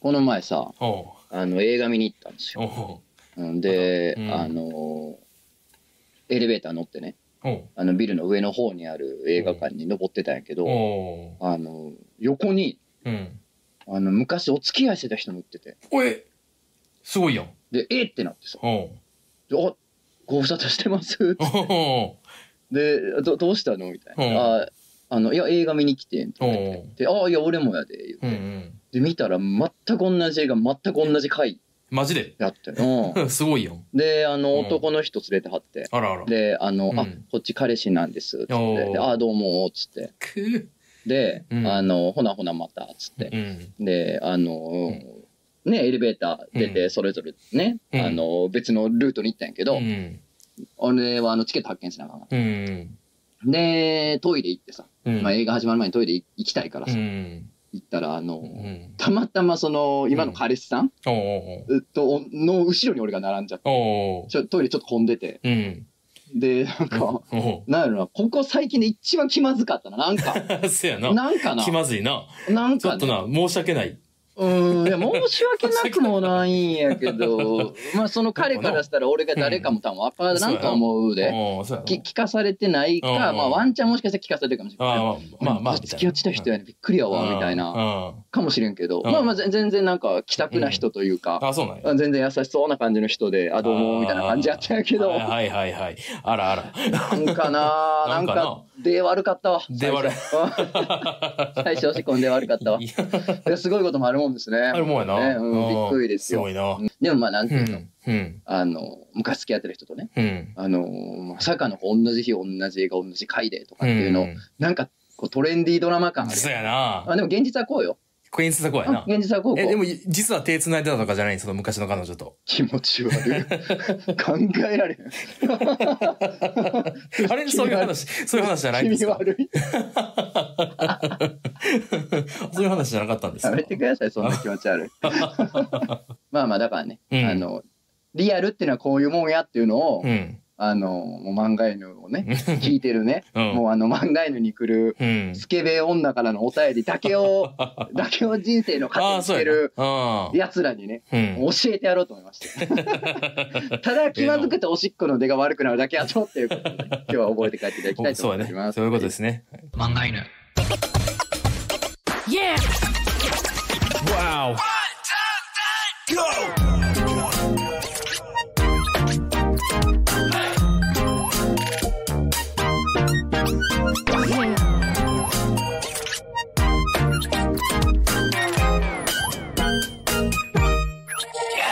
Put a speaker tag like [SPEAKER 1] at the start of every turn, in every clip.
[SPEAKER 1] この前さ、
[SPEAKER 2] おう
[SPEAKER 1] あの、映画見に行ったんですよ。
[SPEAKER 2] お
[SPEAKER 1] う
[SPEAKER 2] う
[SPEAKER 1] んで、
[SPEAKER 2] うん
[SPEAKER 1] あの、エレベーター乗ってね、
[SPEAKER 2] おう
[SPEAKER 1] あの、ビルの上の方にある映画館に登ってたんやけど、
[SPEAKER 2] おう
[SPEAKER 1] あの、横に、
[SPEAKER 2] うん
[SPEAKER 1] あの、昔お付き合いしてた人も行ってて、
[SPEAKER 2] おえすごいやん
[SPEAKER 1] で、えってなってさ、
[SPEAKER 2] おう
[SPEAKER 1] であご無沙汰してます。
[SPEAKER 2] おう
[SPEAKER 1] で、どどうしたのみたいうな。ああの、いや、映画見に来てんって
[SPEAKER 2] お
[SPEAKER 1] 言って。
[SPEAKER 2] う
[SPEAKER 1] で、ああ、いや、俺もやで、言って。
[SPEAKER 2] うんうん
[SPEAKER 1] で、見たら、全く同じ映画、全く同じ回
[SPEAKER 2] マジで
[SPEAKER 1] やって。う
[SPEAKER 2] すごいやん
[SPEAKER 1] ん。で、あ
[SPEAKER 2] う
[SPEAKER 1] の、
[SPEAKER 2] ん
[SPEAKER 1] 男の人連れてはって。
[SPEAKER 2] あらあら
[SPEAKER 1] で、あの、
[SPEAKER 2] うん
[SPEAKER 1] あ、こっち彼氏なんです、つって。
[SPEAKER 2] おー
[SPEAKER 1] で、ああ、どうも、つって。
[SPEAKER 2] く
[SPEAKER 1] で、
[SPEAKER 2] うん
[SPEAKER 1] あの、ほなほなまた、つって。
[SPEAKER 2] うん
[SPEAKER 1] で、あの、ね、エレベーター出
[SPEAKER 2] う
[SPEAKER 1] て、
[SPEAKER 2] ん
[SPEAKER 1] それぞれね、
[SPEAKER 2] うん
[SPEAKER 1] あの、別のルートに行ったんやけ
[SPEAKER 2] う
[SPEAKER 1] ど、
[SPEAKER 2] ん
[SPEAKER 1] 俺はあの、チケット発見しなあかんかっ
[SPEAKER 2] うん
[SPEAKER 1] た。で、トイレ行ってさ、
[SPEAKER 2] うん
[SPEAKER 1] まあ、映画始まる前にトイレ行きたいから
[SPEAKER 2] う
[SPEAKER 1] さ、
[SPEAKER 2] ん
[SPEAKER 1] 行ったら、あ
[SPEAKER 2] う
[SPEAKER 1] の、
[SPEAKER 2] ん
[SPEAKER 1] たまたまその、今の彼氏さん、
[SPEAKER 2] おう
[SPEAKER 1] うっと、の後ろに俺が並んじゃって、
[SPEAKER 2] おうおう
[SPEAKER 1] ちょトイレちょっと混んでて、
[SPEAKER 2] うん
[SPEAKER 1] で、なんか、
[SPEAKER 2] お
[SPEAKER 1] なんやろな、ここ最近で一番気まずかったな、なんか、
[SPEAKER 2] うせ やな
[SPEAKER 1] なんかな
[SPEAKER 2] 気、まずいな
[SPEAKER 1] なん
[SPEAKER 2] ちょ
[SPEAKER 1] か
[SPEAKER 2] っと
[SPEAKER 1] ね、
[SPEAKER 2] な申し訳ないう
[SPEAKER 1] ーん、いや、申し訳なくもないんやけ ど、まあ、その彼からしたら俺が誰かも多分分からんと思うで、
[SPEAKER 2] おうそうやな
[SPEAKER 1] き聞かされてないか、
[SPEAKER 2] うん
[SPEAKER 1] まあ、ワンチャンもしかしたら聞かされてるかもしれない。
[SPEAKER 2] ああまあまあまあ
[SPEAKER 1] 付き合ってた人やね、びっくりやわ、みたいな。
[SPEAKER 2] な
[SPEAKER 1] かもしれんけど、
[SPEAKER 2] うん
[SPEAKER 1] まあまあぜ全然なんか気さくな人というか、
[SPEAKER 2] あそうなんや
[SPEAKER 1] 全然優しそうな感じの人で、あ、どうも、みたいな感じやったんやけど、な
[SPEAKER 2] はいはいはいはい。あらあら。
[SPEAKER 1] んかなな
[SPEAKER 2] なんんかな
[SPEAKER 1] か、出悪かったわ。
[SPEAKER 2] 出悪い
[SPEAKER 1] 最 初。最初、仕込んで悪かったわ。
[SPEAKER 2] い
[SPEAKER 1] い
[SPEAKER 2] や
[SPEAKER 1] やすごいこともあるもんですね。
[SPEAKER 2] あるもんやな。
[SPEAKER 1] ねうんびっくりですよ
[SPEAKER 2] すごいな。
[SPEAKER 1] うんでもまあ、なんて
[SPEAKER 2] う
[SPEAKER 1] いうの、
[SPEAKER 2] ん。うん。
[SPEAKER 1] あの、昔付き合ってる人とね、
[SPEAKER 2] うん。
[SPEAKER 1] あの、まさかの同じ日、同じ映画、同じ回でとかっていうの、
[SPEAKER 2] ん
[SPEAKER 1] なんか、こう、トレンディードラマ感ある。
[SPEAKER 2] そうやな。
[SPEAKER 1] あ、でも現実はこうよ。
[SPEAKER 2] クイーンズザコやな。
[SPEAKER 1] 現実はこうこう。
[SPEAKER 2] え、でも、実は手繋いでたとかじゃないんその昔の彼女と。
[SPEAKER 1] 気持ち 悪い。考えられへん。
[SPEAKER 2] あれそういう話、そういう話じゃないん
[SPEAKER 1] 気味
[SPEAKER 2] ですか
[SPEAKER 1] 悪い。
[SPEAKER 2] そういう話じゃなかったんです
[SPEAKER 1] や
[SPEAKER 2] か
[SPEAKER 1] めてください、そんな気持ち悪 い。まあまあ、だからね、
[SPEAKER 2] うん
[SPEAKER 1] あの、リアルっていうのはこういうもんやっていうのを、
[SPEAKER 2] うん。
[SPEAKER 1] あの、もう漫画犬を ね、聞いてるね、
[SPEAKER 2] うん
[SPEAKER 1] もうあの漫画犬に来る、
[SPEAKER 2] うん。
[SPEAKER 1] スケベ女からのお便りだけ を、だけを人生の糧
[SPEAKER 2] ああ、
[SPEAKER 1] にし
[SPEAKER 2] そう
[SPEAKER 1] て
[SPEAKER 2] や
[SPEAKER 1] る
[SPEAKER 2] な。
[SPEAKER 1] 奴らにね、
[SPEAKER 2] うん。うん。
[SPEAKER 1] 教えてやろうと思いました。た だ気まずくておしっこの出が悪くなるだけやぞっていうことで、今日は覚えて帰っていただきたいと
[SPEAKER 2] そう
[SPEAKER 1] 思
[SPEAKER 2] や
[SPEAKER 1] い
[SPEAKER 2] ね。
[SPEAKER 1] ます。
[SPEAKER 2] そういうことですね。
[SPEAKER 1] 漫画犬。
[SPEAKER 2] Wow.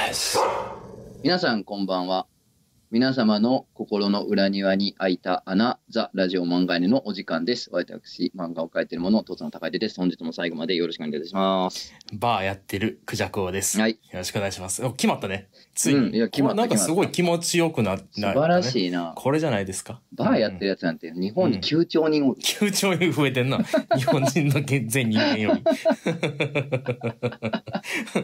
[SPEAKER 2] Yes.
[SPEAKER 1] 皆さんこんばんは。皆様の心の裏庭に開いた穴、ザ・ラジオ漫画犬のお時間です。私、漫画を描いているもの、父さんの高出です。本日も最後までよろしくお願いいたします。
[SPEAKER 2] バーやってるクジャクオです。
[SPEAKER 1] はい
[SPEAKER 2] よろしくお願いします。お決まったね。ついに。
[SPEAKER 1] うんいや決まった
[SPEAKER 2] なんかすごい気持ちよくな、な
[SPEAKER 1] 素晴ら
[SPEAKER 2] い。
[SPEAKER 1] しいな。
[SPEAKER 2] これじゃないですか。
[SPEAKER 1] バーやってるやつなんて日本に9兆人おる。
[SPEAKER 2] 9兆円増えて んな。日本人の現全人間より。だか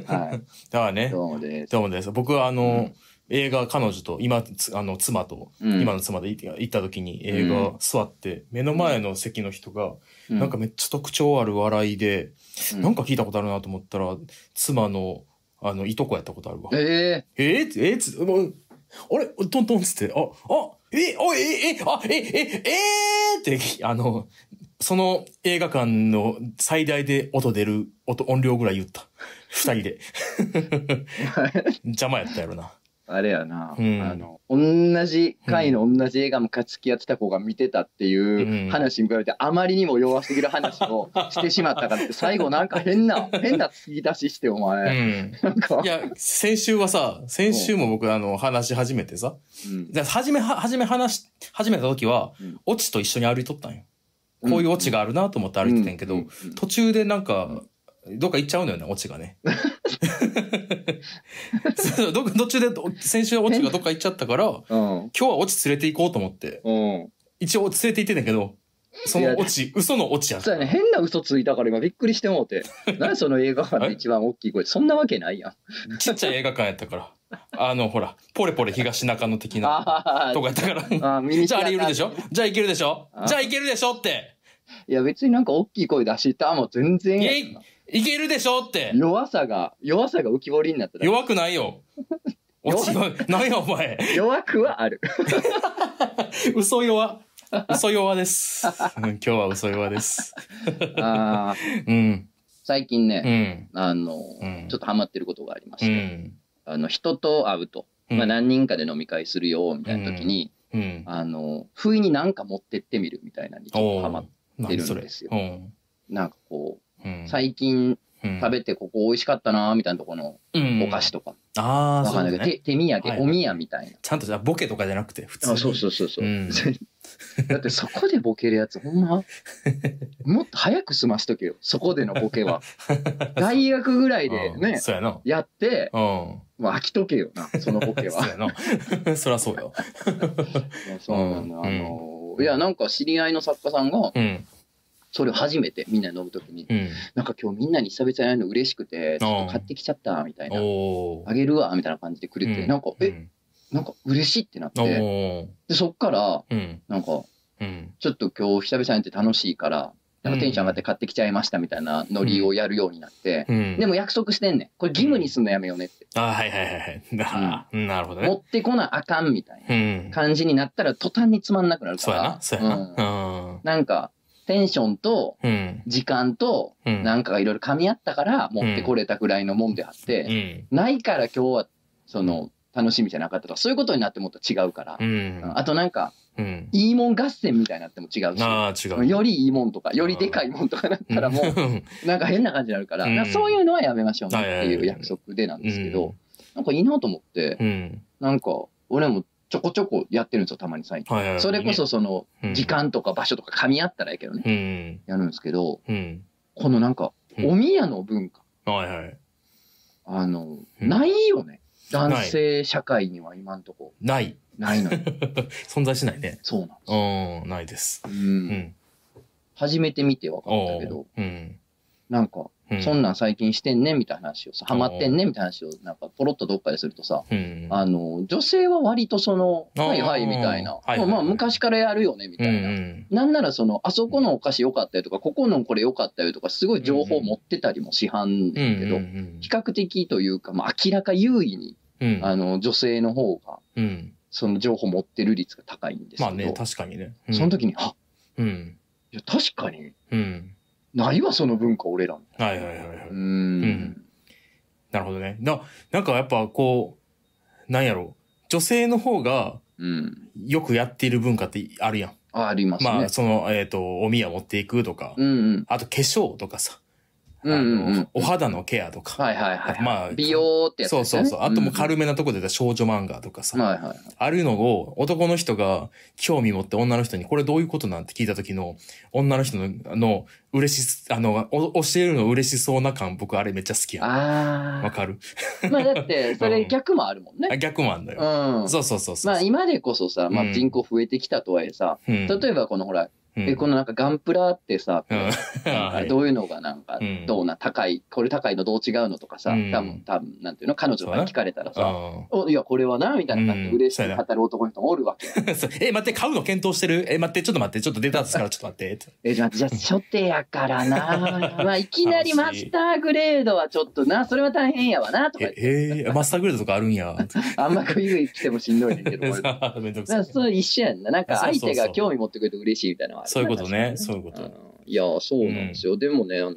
[SPEAKER 1] はい。
[SPEAKER 2] らね、
[SPEAKER 1] どうもです。
[SPEAKER 2] どうもです。僕はあの、
[SPEAKER 1] うん
[SPEAKER 2] 映画彼女と今、つあの、妻と、
[SPEAKER 1] うん
[SPEAKER 2] 今の妻で行行った時に映画座って、目の前の席の人が、なんかめっちゃ特徴ある笑いで、
[SPEAKER 1] う
[SPEAKER 2] なんか聞いたことあるなと思ったら、妻の、あの、いとこやったことあるわ。
[SPEAKER 1] え
[SPEAKER 2] えー、えー、つ、もうあれトントンっつって、あ、あ、え、あ、え、え、あ、え、え、えーって、あの、その映画館の最大で音出る音、音量ぐらい言った。二人で。邪魔やったやろな。
[SPEAKER 1] ー、あれやな、
[SPEAKER 2] うん
[SPEAKER 1] あの、同じ回の同じ映画昔付き合ってた子が見てたっていううん話に比べて、あまりにも弱すぎる話を してしまったからって、最後なんか変な、変な突き出しして、お
[SPEAKER 2] う
[SPEAKER 1] 前。
[SPEAKER 2] ん。
[SPEAKER 1] なんか
[SPEAKER 2] い、や、先週はさ、先週も僕あの、話し始めてさ、
[SPEAKER 1] うん
[SPEAKER 2] じゃあ初めは、初め話し、始めた時は
[SPEAKER 1] うん、
[SPEAKER 2] オチと一緒に歩いとったんよ。こういうオチがあるなと思って歩いてたんやけど、
[SPEAKER 1] うんうん
[SPEAKER 2] 途中でなんか、どっか行っちゃうのよね、オチが ね。そうどっか途中でど、先週オチがどっか行っちゃったから、今
[SPEAKER 1] うん。
[SPEAKER 2] 日はオチ連れて行こうと思って、
[SPEAKER 1] うん。
[SPEAKER 2] 一応連れて行ってんだけど、そのオチ、嘘のオチやっ
[SPEAKER 1] そ
[SPEAKER 2] た
[SPEAKER 1] うやね、変な嘘ついたから今びっくりしてもう て。何その映画館で一番大きい声。そんなわけないやん。
[SPEAKER 2] ちっちゃい映画館やったから。あの、ほら、ポレポレ東中野的な、
[SPEAKER 1] あ
[SPEAKER 2] とかやったから。
[SPEAKER 1] あ、見に来
[SPEAKER 2] じ
[SPEAKER 1] た
[SPEAKER 2] ゃああり得るでしょじゃあいけるでしょ
[SPEAKER 1] あ
[SPEAKER 2] じゃあいけるでしょって。
[SPEAKER 1] いや別になんか大きい声出したも全然
[SPEAKER 2] い
[SPEAKER 1] や
[SPEAKER 2] や
[SPEAKER 1] け
[SPEAKER 2] い
[SPEAKER 1] どな
[SPEAKER 2] いけるでしょって。
[SPEAKER 1] 弱さが、弱さが浮き彫りになっただけ
[SPEAKER 2] 弱くない よ。おちは、何やお前。
[SPEAKER 1] 弱くはあ る。
[SPEAKER 2] 嘘弱。 嘘弱です。うん今日は嘘弱です。
[SPEAKER 1] あー
[SPEAKER 2] うん。
[SPEAKER 1] 最近
[SPEAKER 2] う
[SPEAKER 1] ね、
[SPEAKER 2] ん。
[SPEAKER 1] あの、
[SPEAKER 2] うん。
[SPEAKER 1] ちょっとハマってることがありまし
[SPEAKER 2] う
[SPEAKER 1] て、
[SPEAKER 2] ん。
[SPEAKER 1] あの、人と会うと、
[SPEAKER 2] うん
[SPEAKER 1] まあ、何人かで飲み会するよ、みたいな時に、
[SPEAKER 2] うん。
[SPEAKER 1] あの、不意になんか持ってってみるみたいなのにちょっ
[SPEAKER 2] お
[SPEAKER 1] とハマっ
[SPEAKER 2] ー何そ
[SPEAKER 1] 出るん
[SPEAKER 2] れ
[SPEAKER 1] ですよ
[SPEAKER 2] うん
[SPEAKER 1] なんかこ
[SPEAKER 2] う
[SPEAKER 1] う、
[SPEAKER 2] ん。
[SPEAKER 1] 最近食
[SPEAKER 2] 食
[SPEAKER 1] べてここ美味しかったな、みたいなところのお菓子とか、
[SPEAKER 2] ああ、
[SPEAKER 1] わ
[SPEAKER 2] そ
[SPEAKER 1] か
[SPEAKER 2] うんだ
[SPEAKER 1] ないけど、
[SPEAKER 2] ね。
[SPEAKER 1] 手手土
[SPEAKER 2] はい
[SPEAKER 1] 産、お宮みたいな。
[SPEAKER 2] ちゃんとじゃあボケとかじゃなくて、普通に。
[SPEAKER 1] あそうそうそうそう、
[SPEAKER 2] うん
[SPEAKER 1] だってそこでボケるやつほん まもっと早く済ましとけよそこでのボケは大学ぐらいで
[SPEAKER 2] うん
[SPEAKER 1] ね
[SPEAKER 2] そうやな。
[SPEAKER 1] やって
[SPEAKER 2] うん。
[SPEAKER 1] もう飽きとけよ なそのボケ
[SPEAKER 2] そう
[SPEAKER 1] は
[SPEAKER 2] やな。 そりゃそうよ。
[SPEAKER 1] いやそうなの、
[SPEAKER 2] うん
[SPEAKER 1] あのいやなんか知り合いの作家さんが
[SPEAKER 2] うん。
[SPEAKER 1] それを初めてみんなで飲む時に
[SPEAKER 2] うん。
[SPEAKER 1] なんか今日みんなに久々に会えるの嬉しくてちょっと買ってきちゃったみたいな
[SPEAKER 2] お
[SPEAKER 1] あ
[SPEAKER 2] ー。
[SPEAKER 1] げるわみたいな感じでくれて、
[SPEAKER 2] うん
[SPEAKER 1] なんか
[SPEAKER 2] う
[SPEAKER 1] え
[SPEAKER 2] ん
[SPEAKER 1] なんか嬉しいってなって
[SPEAKER 2] おー。
[SPEAKER 1] でそっから
[SPEAKER 2] うん。
[SPEAKER 1] なんか
[SPEAKER 2] うん。
[SPEAKER 1] ちょっと今日久々にやって楽しいから、なんかテンション上がって買ってきちゃいましたみたいなノリをやるようになって、
[SPEAKER 2] うん。
[SPEAKER 1] でも約束してんねん。これ義務にすんのやめようねって。
[SPEAKER 2] あーはいはいはいはい。ななるほど
[SPEAKER 1] 持
[SPEAKER 2] ね。。
[SPEAKER 1] ってこなあかんみたいうなん感じになったら途端につまんなくなるか
[SPEAKER 2] そうやな。
[SPEAKER 1] ら。
[SPEAKER 2] そうやな。
[SPEAKER 1] ん、なんか、テンションと
[SPEAKER 2] うん。うん。
[SPEAKER 1] 時間と
[SPEAKER 2] うん。
[SPEAKER 1] なんかがいろいろ噛み合ったから持ってこれたぐらいのもんであっ
[SPEAKER 2] う
[SPEAKER 1] て、
[SPEAKER 2] ん。
[SPEAKER 1] ないから今日はその楽しみじゃなかったとか、そういうことになってもっと違うから
[SPEAKER 2] う。ん。
[SPEAKER 1] あとなんか、
[SPEAKER 2] うん。
[SPEAKER 1] いいもん合戦みたいになっても違うし。
[SPEAKER 2] ああ、違う。
[SPEAKER 1] よりいいもんとか、よりでかいもんとかなったらもう、
[SPEAKER 2] うん。
[SPEAKER 1] なんか変な感じになるから、
[SPEAKER 2] うん
[SPEAKER 1] なんかそういうのはやめましょうねって
[SPEAKER 2] はいはい
[SPEAKER 1] い
[SPEAKER 2] は
[SPEAKER 1] う
[SPEAKER 2] い
[SPEAKER 1] 約束でなんですけ
[SPEAKER 2] う
[SPEAKER 1] ど
[SPEAKER 2] ん、
[SPEAKER 1] なんかいいなと思って、
[SPEAKER 2] うん。
[SPEAKER 1] なんか俺もちょこちょこやってるんですよ、たまに最近。
[SPEAKER 2] はいはい。
[SPEAKER 1] それこそその
[SPEAKER 2] うん
[SPEAKER 1] 時。間とか場所とか噛み合ったらいいけどね、
[SPEAKER 2] うん。
[SPEAKER 1] やるんですけど、
[SPEAKER 2] うん。
[SPEAKER 1] このなんか、
[SPEAKER 2] うん
[SPEAKER 1] お宮の文化、
[SPEAKER 2] はいはい。
[SPEAKER 1] あの、
[SPEAKER 2] うん
[SPEAKER 1] ないよね。男性社会には今んとこ
[SPEAKER 2] ない。
[SPEAKER 1] ないのよ。
[SPEAKER 2] 存在しないね。
[SPEAKER 1] そうなんですよ。
[SPEAKER 2] うん。ないです。
[SPEAKER 1] う。
[SPEAKER 2] うんん。
[SPEAKER 1] 初めて見て分かった
[SPEAKER 2] お
[SPEAKER 1] けど
[SPEAKER 2] ー、。うん。
[SPEAKER 1] なんか、
[SPEAKER 2] うん
[SPEAKER 1] そんなん最近してんねみたいな話をさ、ハマってんねみたいな話を、なんかポロッとどっかでするとさ、
[SPEAKER 2] うん。
[SPEAKER 1] あの女性は割とその「
[SPEAKER 2] あー
[SPEAKER 1] はいはい」みたいな「
[SPEAKER 2] はいはい
[SPEAKER 1] まあまあ昔からやるよね」み
[SPEAKER 2] う
[SPEAKER 1] た
[SPEAKER 2] んう
[SPEAKER 1] いな。
[SPEAKER 2] ん。
[SPEAKER 1] なんならそのあそこのお菓子良かったよとかここのこれ良かったよとかすごい情報持ってたりもしはんねんけど
[SPEAKER 2] うんうん
[SPEAKER 1] 比較的というかまあ明らか優位に
[SPEAKER 2] うん
[SPEAKER 1] あの女性の方が
[SPEAKER 2] うん。
[SPEAKER 1] その情報持ってる率が高いんです
[SPEAKER 2] まあ
[SPEAKER 1] け
[SPEAKER 2] ね、
[SPEAKER 1] ど
[SPEAKER 2] 確かにね。うん
[SPEAKER 1] その時に「あ
[SPEAKER 2] うん。
[SPEAKER 1] いや確かに
[SPEAKER 2] うん。
[SPEAKER 1] ないわその文化俺ら」み
[SPEAKER 2] はいはいはいはい
[SPEAKER 1] たいな。うーん
[SPEAKER 2] なるほどね。な、なんかやっぱこう、なんやろう。女性の方が
[SPEAKER 1] うん
[SPEAKER 2] よくやっている文化ってあるやん。
[SPEAKER 1] ああります
[SPEAKER 2] まあ、
[SPEAKER 1] ね。
[SPEAKER 2] その、えっ、と、お宮持っていくとか、
[SPEAKER 1] うんうん
[SPEAKER 2] あと化粧とかさ、あ
[SPEAKER 1] うんうんうん
[SPEAKER 2] の、お肌のケアとか、
[SPEAKER 1] はいはいはい
[SPEAKER 2] まあ
[SPEAKER 1] はい。美容ってやつ
[SPEAKER 2] そう
[SPEAKER 1] です
[SPEAKER 2] そ
[SPEAKER 1] よ
[SPEAKER 2] う
[SPEAKER 1] ね
[SPEAKER 2] そう。あともうん軽めなとこで言ったら少女漫画とかさ、
[SPEAKER 1] はいはいはい。
[SPEAKER 2] あるのを男の人が興味持って女の人にこれどういうことなんて聞いた時の女の人のあの嬉し、あの、お教えるの嬉しそうな感僕あれめっちゃ好きやん。
[SPEAKER 1] あ
[SPEAKER 2] わかる
[SPEAKER 1] あ。まあだって、それ逆もあるもん
[SPEAKER 2] あ
[SPEAKER 1] ね。
[SPEAKER 2] 逆もあんの
[SPEAKER 1] う
[SPEAKER 2] よ。
[SPEAKER 1] ん。
[SPEAKER 2] そうそうそうそう。
[SPEAKER 1] まあ今でこそさ、ま
[SPEAKER 2] う
[SPEAKER 1] あ
[SPEAKER 2] ん
[SPEAKER 1] 人口増えてきたとはいえさ、
[SPEAKER 2] うん、
[SPEAKER 1] 例えばこのほら、
[SPEAKER 2] うん、
[SPEAKER 1] え、このなんかガンプラってさ、
[SPEAKER 2] うん、
[SPEAKER 1] なんか
[SPEAKER 2] はい
[SPEAKER 1] どういうのがなんか
[SPEAKER 2] うん、
[SPEAKER 1] どうな、高い、これ高いのどう違うのとかさ、
[SPEAKER 2] うん
[SPEAKER 1] 多分、多分なんていうの、彼女とかに聞かれたらさ、
[SPEAKER 2] あ
[SPEAKER 1] おいや、これはな、みたいな感じで
[SPEAKER 2] うん
[SPEAKER 1] 嬉し
[SPEAKER 2] そう
[SPEAKER 1] く
[SPEAKER 2] やな
[SPEAKER 1] 語る男の人もおるわけ。
[SPEAKER 2] ー そうえ、待って、買うの検討してるえ、待って、ちょっと待って、ちょっとデータですから、ちょっと待ってって。
[SPEAKER 1] え、じゃあ、じゃあ初手やから な。まあ、いきなりマスターグレードはちょっとな、それは大変やわな、とか言
[SPEAKER 2] え
[SPEAKER 1] って、、
[SPEAKER 2] えーマスターグレードとかあるんや。
[SPEAKER 1] あんまグイグイ来てもしんどいねんけど、これ
[SPEAKER 2] めんど
[SPEAKER 1] だか
[SPEAKER 2] くさ
[SPEAKER 1] ら
[SPEAKER 2] い。
[SPEAKER 1] そう一緒やんな。なんか
[SPEAKER 2] そうそう
[SPEAKER 1] 相
[SPEAKER 2] そう
[SPEAKER 1] 手が興味持ってくれて嬉しいみたいなのはある
[SPEAKER 2] そういうことね。
[SPEAKER 1] 確
[SPEAKER 2] そういうこ
[SPEAKER 1] かに
[SPEAKER 2] と
[SPEAKER 1] ね。うんいや、そうなんですよ。でもね、あの
[SPEAKER 2] ん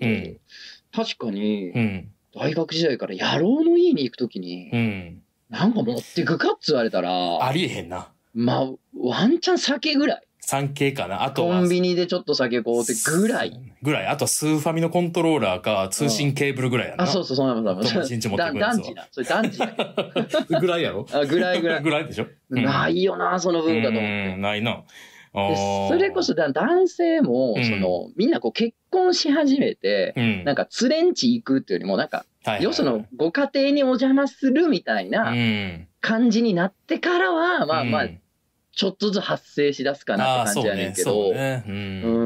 [SPEAKER 1] 確かに
[SPEAKER 2] う、ん。
[SPEAKER 1] 大学時代から野郎の家に行くときに
[SPEAKER 2] う、ん。
[SPEAKER 1] なんか持ってくかっつ言われた
[SPEAKER 2] あ
[SPEAKER 1] ら、
[SPEAKER 2] りえへんな。
[SPEAKER 1] まあ、ワンチャン酒ぐらい。
[SPEAKER 2] 産経かな。あと
[SPEAKER 1] コ
[SPEAKER 2] は
[SPEAKER 1] ンビニでちょっと酒こうってぐらい。。
[SPEAKER 2] ぐらい。あとはスーファミのコントローラーか、通信ケーブルぐらいやな。
[SPEAKER 1] あ、そうそう、そうなの、そうな
[SPEAKER 2] 友達んち
[SPEAKER 1] の。
[SPEAKER 2] 持って
[SPEAKER 1] だ
[SPEAKER 2] く
[SPEAKER 1] 団
[SPEAKER 2] るやつは
[SPEAKER 1] 地な。それ団地 な。
[SPEAKER 2] ぐらいやろ
[SPEAKER 1] あぐらいぐらい。
[SPEAKER 2] ぐらいでしょうん
[SPEAKER 1] ないよな、その文化と思って。
[SPEAKER 2] うんないな。あ
[SPEAKER 1] で
[SPEAKER 2] ー
[SPEAKER 1] それこそ、だ男性も、
[SPEAKER 2] うん
[SPEAKER 1] その、みんなこう結婚し始めて、
[SPEAKER 2] うん、
[SPEAKER 1] なんか、連れんち行くっていうよりも、なんか、
[SPEAKER 2] はいはいはい。
[SPEAKER 1] よその、ご家庭にお邪魔するみたいうなん感じになってからは、まあまあ
[SPEAKER 2] う、ん
[SPEAKER 1] ちょっとずつ発生しだすかな
[SPEAKER 2] あ
[SPEAKER 1] っ
[SPEAKER 2] ー
[SPEAKER 1] て感
[SPEAKER 2] そう
[SPEAKER 1] じやねん
[SPEAKER 2] ね
[SPEAKER 1] け
[SPEAKER 2] そ
[SPEAKER 1] ど、
[SPEAKER 2] うねう
[SPEAKER 1] う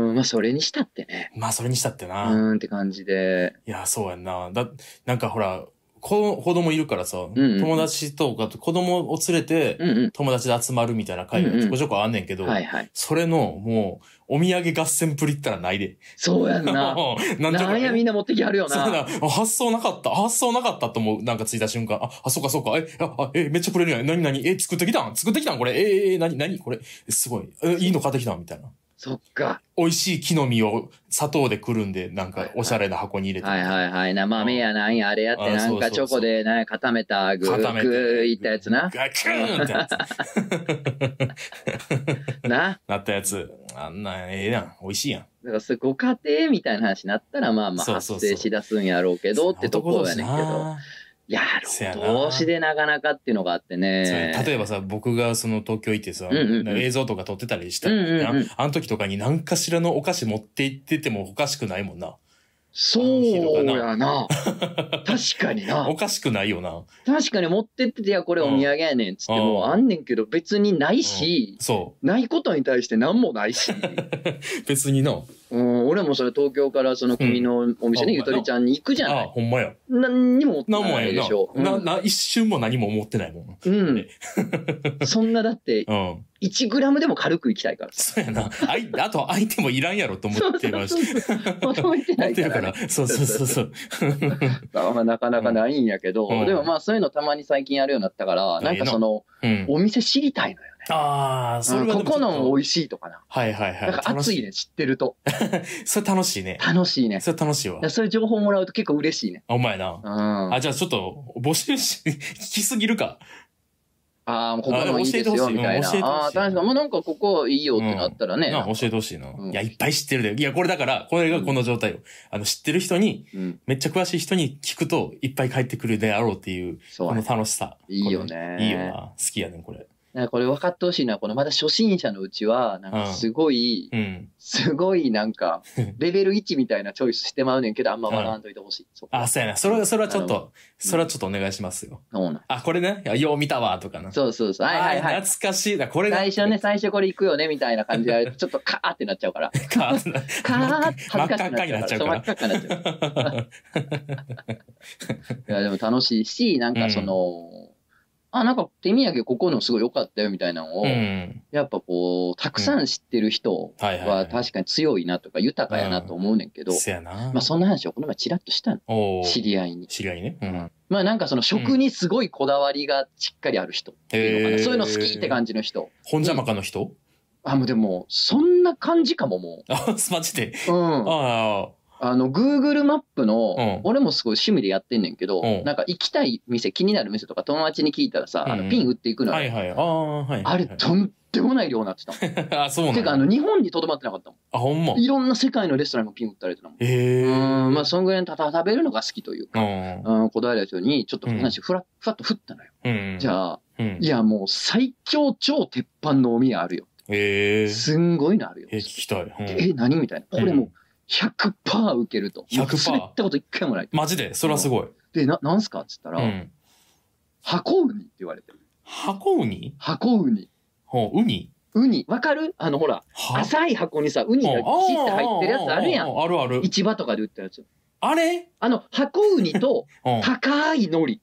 [SPEAKER 1] んん、まあ、それにしたってね、
[SPEAKER 2] まあそれにしたって
[SPEAKER 1] う
[SPEAKER 2] な、い
[SPEAKER 1] ーんって感じで、
[SPEAKER 2] やそうやんなだなんかほらこ子供いるからさ、
[SPEAKER 1] んうん
[SPEAKER 2] 友達とかと子供を連れて、
[SPEAKER 1] うんう
[SPEAKER 2] 友達で集まるみたいな会がちょこちょこあんねんけど、
[SPEAKER 1] ん。はいはい。
[SPEAKER 2] それの、もう、お土産合戦プリったらないで。
[SPEAKER 1] そうやん な。
[SPEAKER 2] なんちゃ
[SPEAKER 1] な
[SPEAKER 2] ら
[SPEAKER 1] んやみんな持ってきはるよ
[SPEAKER 2] そうだ
[SPEAKER 1] な。
[SPEAKER 2] あ発想なかった。発想なかったと思う。なんかついた瞬間。あ、あ、そうかそうか。え、あ、あえ、めっちゃくれるやん。なになにえ、作ってきたん作ってきたんこれ。ええ、え、なになにこれ。えすごい。え、いいの買ってきたんみたいな。
[SPEAKER 1] そっか。
[SPEAKER 2] 美味しい木の実を砂糖でくるんで、なんかおしゃれな箱に入れて。
[SPEAKER 1] はいはいはい。な、豆やなんや、あれやって、
[SPEAKER 2] あ
[SPEAKER 1] な
[SPEAKER 2] そ
[SPEAKER 1] ん
[SPEAKER 2] うそう
[SPEAKER 1] かチョコで、なんか固めたグ
[SPEAKER 2] 固め
[SPEAKER 1] ー、
[SPEAKER 2] て
[SPEAKER 1] グーいったやつな。
[SPEAKER 2] ガクーンってやつ
[SPEAKER 1] な。
[SPEAKER 2] なったやつ。あんなんええやん。美味しいやん。
[SPEAKER 1] だからそうご家庭みたいな話になったら、まあま
[SPEAKER 2] そ
[SPEAKER 1] あ
[SPEAKER 2] うそうそう
[SPEAKER 1] 発生しだすんやろうけどってとこやねんけど。いや、
[SPEAKER 2] せやな
[SPEAKER 1] どうしでなかなかっていうのがあって
[SPEAKER 2] そう
[SPEAKER 1] ね。
[SPEAKER 2] 例えばさ、僕がその東京行ってさ、
[SPEAKER 1] うんうんうん
[SPEAKER 2] 映像とか撮ってたりした、
[SPEAKER 1] うんうんうん
[SPEAKER 2] ああの時とかに何かしらのお菓子持って行っててもおかしくないもんな。
[SPEAKER 1] そうやな。確 かにな
[SPEAKER 2] お。かしくないよな。
[SPEAKER 1] 確かに持ってってて、いや、これお土産やねんっつって
[SPEAKER 2] うん
[SPEAKER 1] も、あんねんけど、別にないし、
[SPEAKER 2] そ
[SPEAKER 1] ないことに対して何もない し。
[SPEAKER 2] う。別にな。
[SPEAKER 1] うん、俺もそれ東京からその君のお店に
[SPEAKER 2] うん
[SPEAKER 1] ゆとりちゃんに行くじゃ
[SPEAKER 2] あ
[SPEAKER 1] な
[SPEAKER 2] あ、
[SPEAKER 1] い。
[SPEAKER 2] ほんまや。
[SPEAKER 1] 何にも持って
[SPEAKER 2] なんも
[SPEAKER 1] な
[SPEAKER 2] や
[SPEAKER 1] いで
[SPEAKER 2] な
[SPEAKER 1] しょ。。う、
[SPEAKER 2] なんな、一瞬も何も思ってないもん。
[SPEAKER 1] うん。 そんなだって、
[SPEAKER 2] うん。
[SPEAKER 1] 1グラムでも軽く行きたいから。
[SPEAKER 2] そうやな。あい、あと相手もいらんやろと思
[SPEAKER 1] そう
[SPEAKER 2] って
[SPEAKER 1] そう
[SPEAKER 2] ま
[SPEAKER 1] そう
[SPEAKER 2] し。
[SPEAKER 1] 求めて
[SPEAKER 2] 持
[SPEAKER 1] な
[SPEAKER 2] っ
[SPEAKER 1] い
[SPEAKER 2] て
[SPEAKER 1] か
[SPEAKER 2] るからら。そうそうそうそう。
[SPEAKER 1] まあまあなかなかないんやけど、
[SPEAKER 2] うん
[SPEAKER 1] でもまあそういうのたまに最近やるようになったから、
[SPEAKER 2] うん
[SPEAKER 1] なんかその、
[SPEAKER 2] うん。
[SPEAKER 1] お店知りたいのよね。
[SPEAKER 2] ああ、それはで
[SPEAKER 1] こ
[SPEAKER 2] もちょっ
[SPEAKER 1] こ
[SPEAKER 2] と
[SPEAKER 1] の美味しいとかな。
[SPEAKER 2] はいはいはい。
[SPEAKER 1] なんか熱い
[SPEAKER 2] ね。
[SPEAKER 1] ね、知ってると。
[SPEAKER 2] それ楽しいね。
[SPEAKER 1] 楽しいね。
[SPEAKER 2] それ楽しいわ
[SPEAKER 1] だか。らそういう情報もらうと結構嬉しいね。
[SPEAKER 2] お前な。
[SPEAKER 1] うん。あ
[SPEAKER 2] あ、じゃあちょっと、募集し、 聞きすぎるか。
[SPEAKER 1] あー、もうここのいいです
[SPEAKER 2] あ教えてほ
[SPEAKER 1] よ、
[SPEAKER 2] しい
[SPEAKER 1] みたいな。
[SPEAKER 2] うん教えてほしい
[SPEAKER 1] ああー、確かに、もうなんかここいいよってなったらね。
[SPEAKER 2] なあ教えてほしいな。
[SPEAKER 1] うん
[SPEAKER 2] いや、いっぱい知ってるで。いや、これだから、これがこの状態よ。あの、知ってる人に、
[SPEAKER 1] うん、
[SPEAKER 2] めっちゃ詳しい人に聞くと、いっぱい帰ってくるであろうっていう、
[SPEAKER 1] そ
[SPEAKER 2] こ
[SPEAKER 1] う
[SPEAKER 2] の
[SPEAKER 1] ね。
[SPEAKER 2] 楽しさ。
[SPEAKER 1] いいよね
[SPEAKER 2] これいいよな。好きやねん、これ。
[SPEAKER 1] なんかこれ分かってほしいな。このまだ初心者のうちは、なんかすごい、
[SPEAKER 2] うん。
[SPEAKER 1] すごいなん か、レベル1みたいなチョイスしてまうねんけど、あんま学んといてほしい。そこ
[SPEAKER 2] あ、そうやな。それは、それはちょっ
[SPEAKER 1] あ
[SPEAKER 2] と、それはちょっとお願いしますよ。
[SPEAKER 1] そうなん。
[SPEAKER 2] あ、これね。いやよう見たわ、とかな。
[SPEAKER 1] そうそうそう。はいはいは
[SPEAKER 2] あ
[SPEAKER 1] い。
[SPEAKER 2] 懐かしいな。これが
[SPEAKER 1] 最初ね、。最初これ行くよね、みたいな感じでやると、ちょっとカーってなっちゃうから。
[SPEAKER 2] か
[SPEAKER 1] カーって恥ずかしくなっちゃうから。
[SPEAKER 2] 真
[SPEAKER 1] そう真っ赤っかになっちゃう。いや、でも楽しいし、なんかその、あ、なんか手土産ここのすごい良かったよみたいなのを、
[SPEAKER 2] うん。
[SPEAKER 1] やっぱこう、たくさん知ってる人
[SPEAKER 2] はいはいは
[SPEAKER 1] はい確かに強いなとか豊かやなと思うねんけど、
[SPEAKER 2] そうやな。
[SPEAKER 1] まあそんな話をこの前チラッとしたの。
[SPEAKER 2] おー
[SPEAKER 1] 知り合いに。
[SPEAKER 2] 知り合いね。うん。
[SPEAKER 1] まあなんかその食にすごいこだわりがしっかりある人っていうのかな。
[SPEAKER 2] へー
[SPEAKER 1] そういうの好きって感じの人。
[SPEAKER 2] 本邪魔かの人
[SPEAKER 1] あ、もうでも、そんな感じかもも
[SPEAKER 2] あ、すまじで。
[SPEAKER 1] う。うん。
[SPEAKER 2] あ
[SPEAKER 1] あの、Google マップの、
[SPEAKER 2] うん
[SPEAKER 1] 俺もすごい趣味でやってんねんけど、
[SPEAKER 2] うん
[SPEAKER 1] なんか行きたい店、気になる店とか友達に聞いたらさ、あ
[SPEAKER 2] うんう
[SPEAKER 1] の
[SPEAKER 2] ん
[SPEAKER 1] ピン打っていく
[SPEAKER 2] あ。
[SPEAKER 1] のよ。
[SPEAKER 2] はいはい。ああ、はい。
[SPEAKER 1] あれ、とんでもない量になってたもん。て
[SPEAKER 2] あ、そうなん
[SPEAKER 1] か、あの、日本にとどまってなかったも
[SPEAKER 2] あ、ほんま
[SPEAKER 1] ん。。いろんな世界のレストランにもピン打ったりとかも。
[SPEAKER 2] ええ。
[SPEAKER 1] うん、まあ、そんぐらいのたた食べるのが好きという
[SPEAKER 2] う
[SPEAKER 1] か、
[SPEAKER 2] ん。
[SPEAKER 1] うん、こだわりの人に、ちょっと話、ふら、ふわっと振ったのよ。
[SPEAKER 2] うん。
[SPEAKER 1] じゃあ、
[SPEAKER 2] うん。
[SPEAKER 1] いや、もう最強超鉄板のお宮あるよ。
[SPEAKER 2] ええ。
[SPEAKER 1] すんごいのあるよ。
[SPEAKER 2] え、聞きたい。うん
[SPEAKER 1] え、何みたいな。これもう100%受けると。
[SPEAKER 2] 100%
[SPEAKER 1] 滑ったこと一回もない。
[SPEAKER 2] マジでそれはすごい。
[SPEAKER 1] で、な、なんすかっつった
[SPEAKER 2] う
[SPEAKER 1] ら、
[SPEAKER 2] ん。
[SPEAKER 1] 箱ウニって言われてる。
[SPEAKER 2] 箱ウニ
[SPEAKER 1] 箱ウニ。
[SPEAKER 2] ほう、ウニ
[SPEAKER 1] ウニ。わかるあの、ほら、
[SPEAKER 2] は
[SPEAKER 1] 浅い箱にさ、ウニが
[SPEAKER 2] あ
[SPEAKER 1] ギシッて入ってるやつあるやん。
[SPEAKER 2] あるある。
[SPEAKER 1] 市場とかで売ってるやつ。
[SPEAKER 2] あれ
[SPEAKER 1] あの、箱ウニと
[SPEAKER 2] うん。あ
[SPEAKER 1] 高い海苔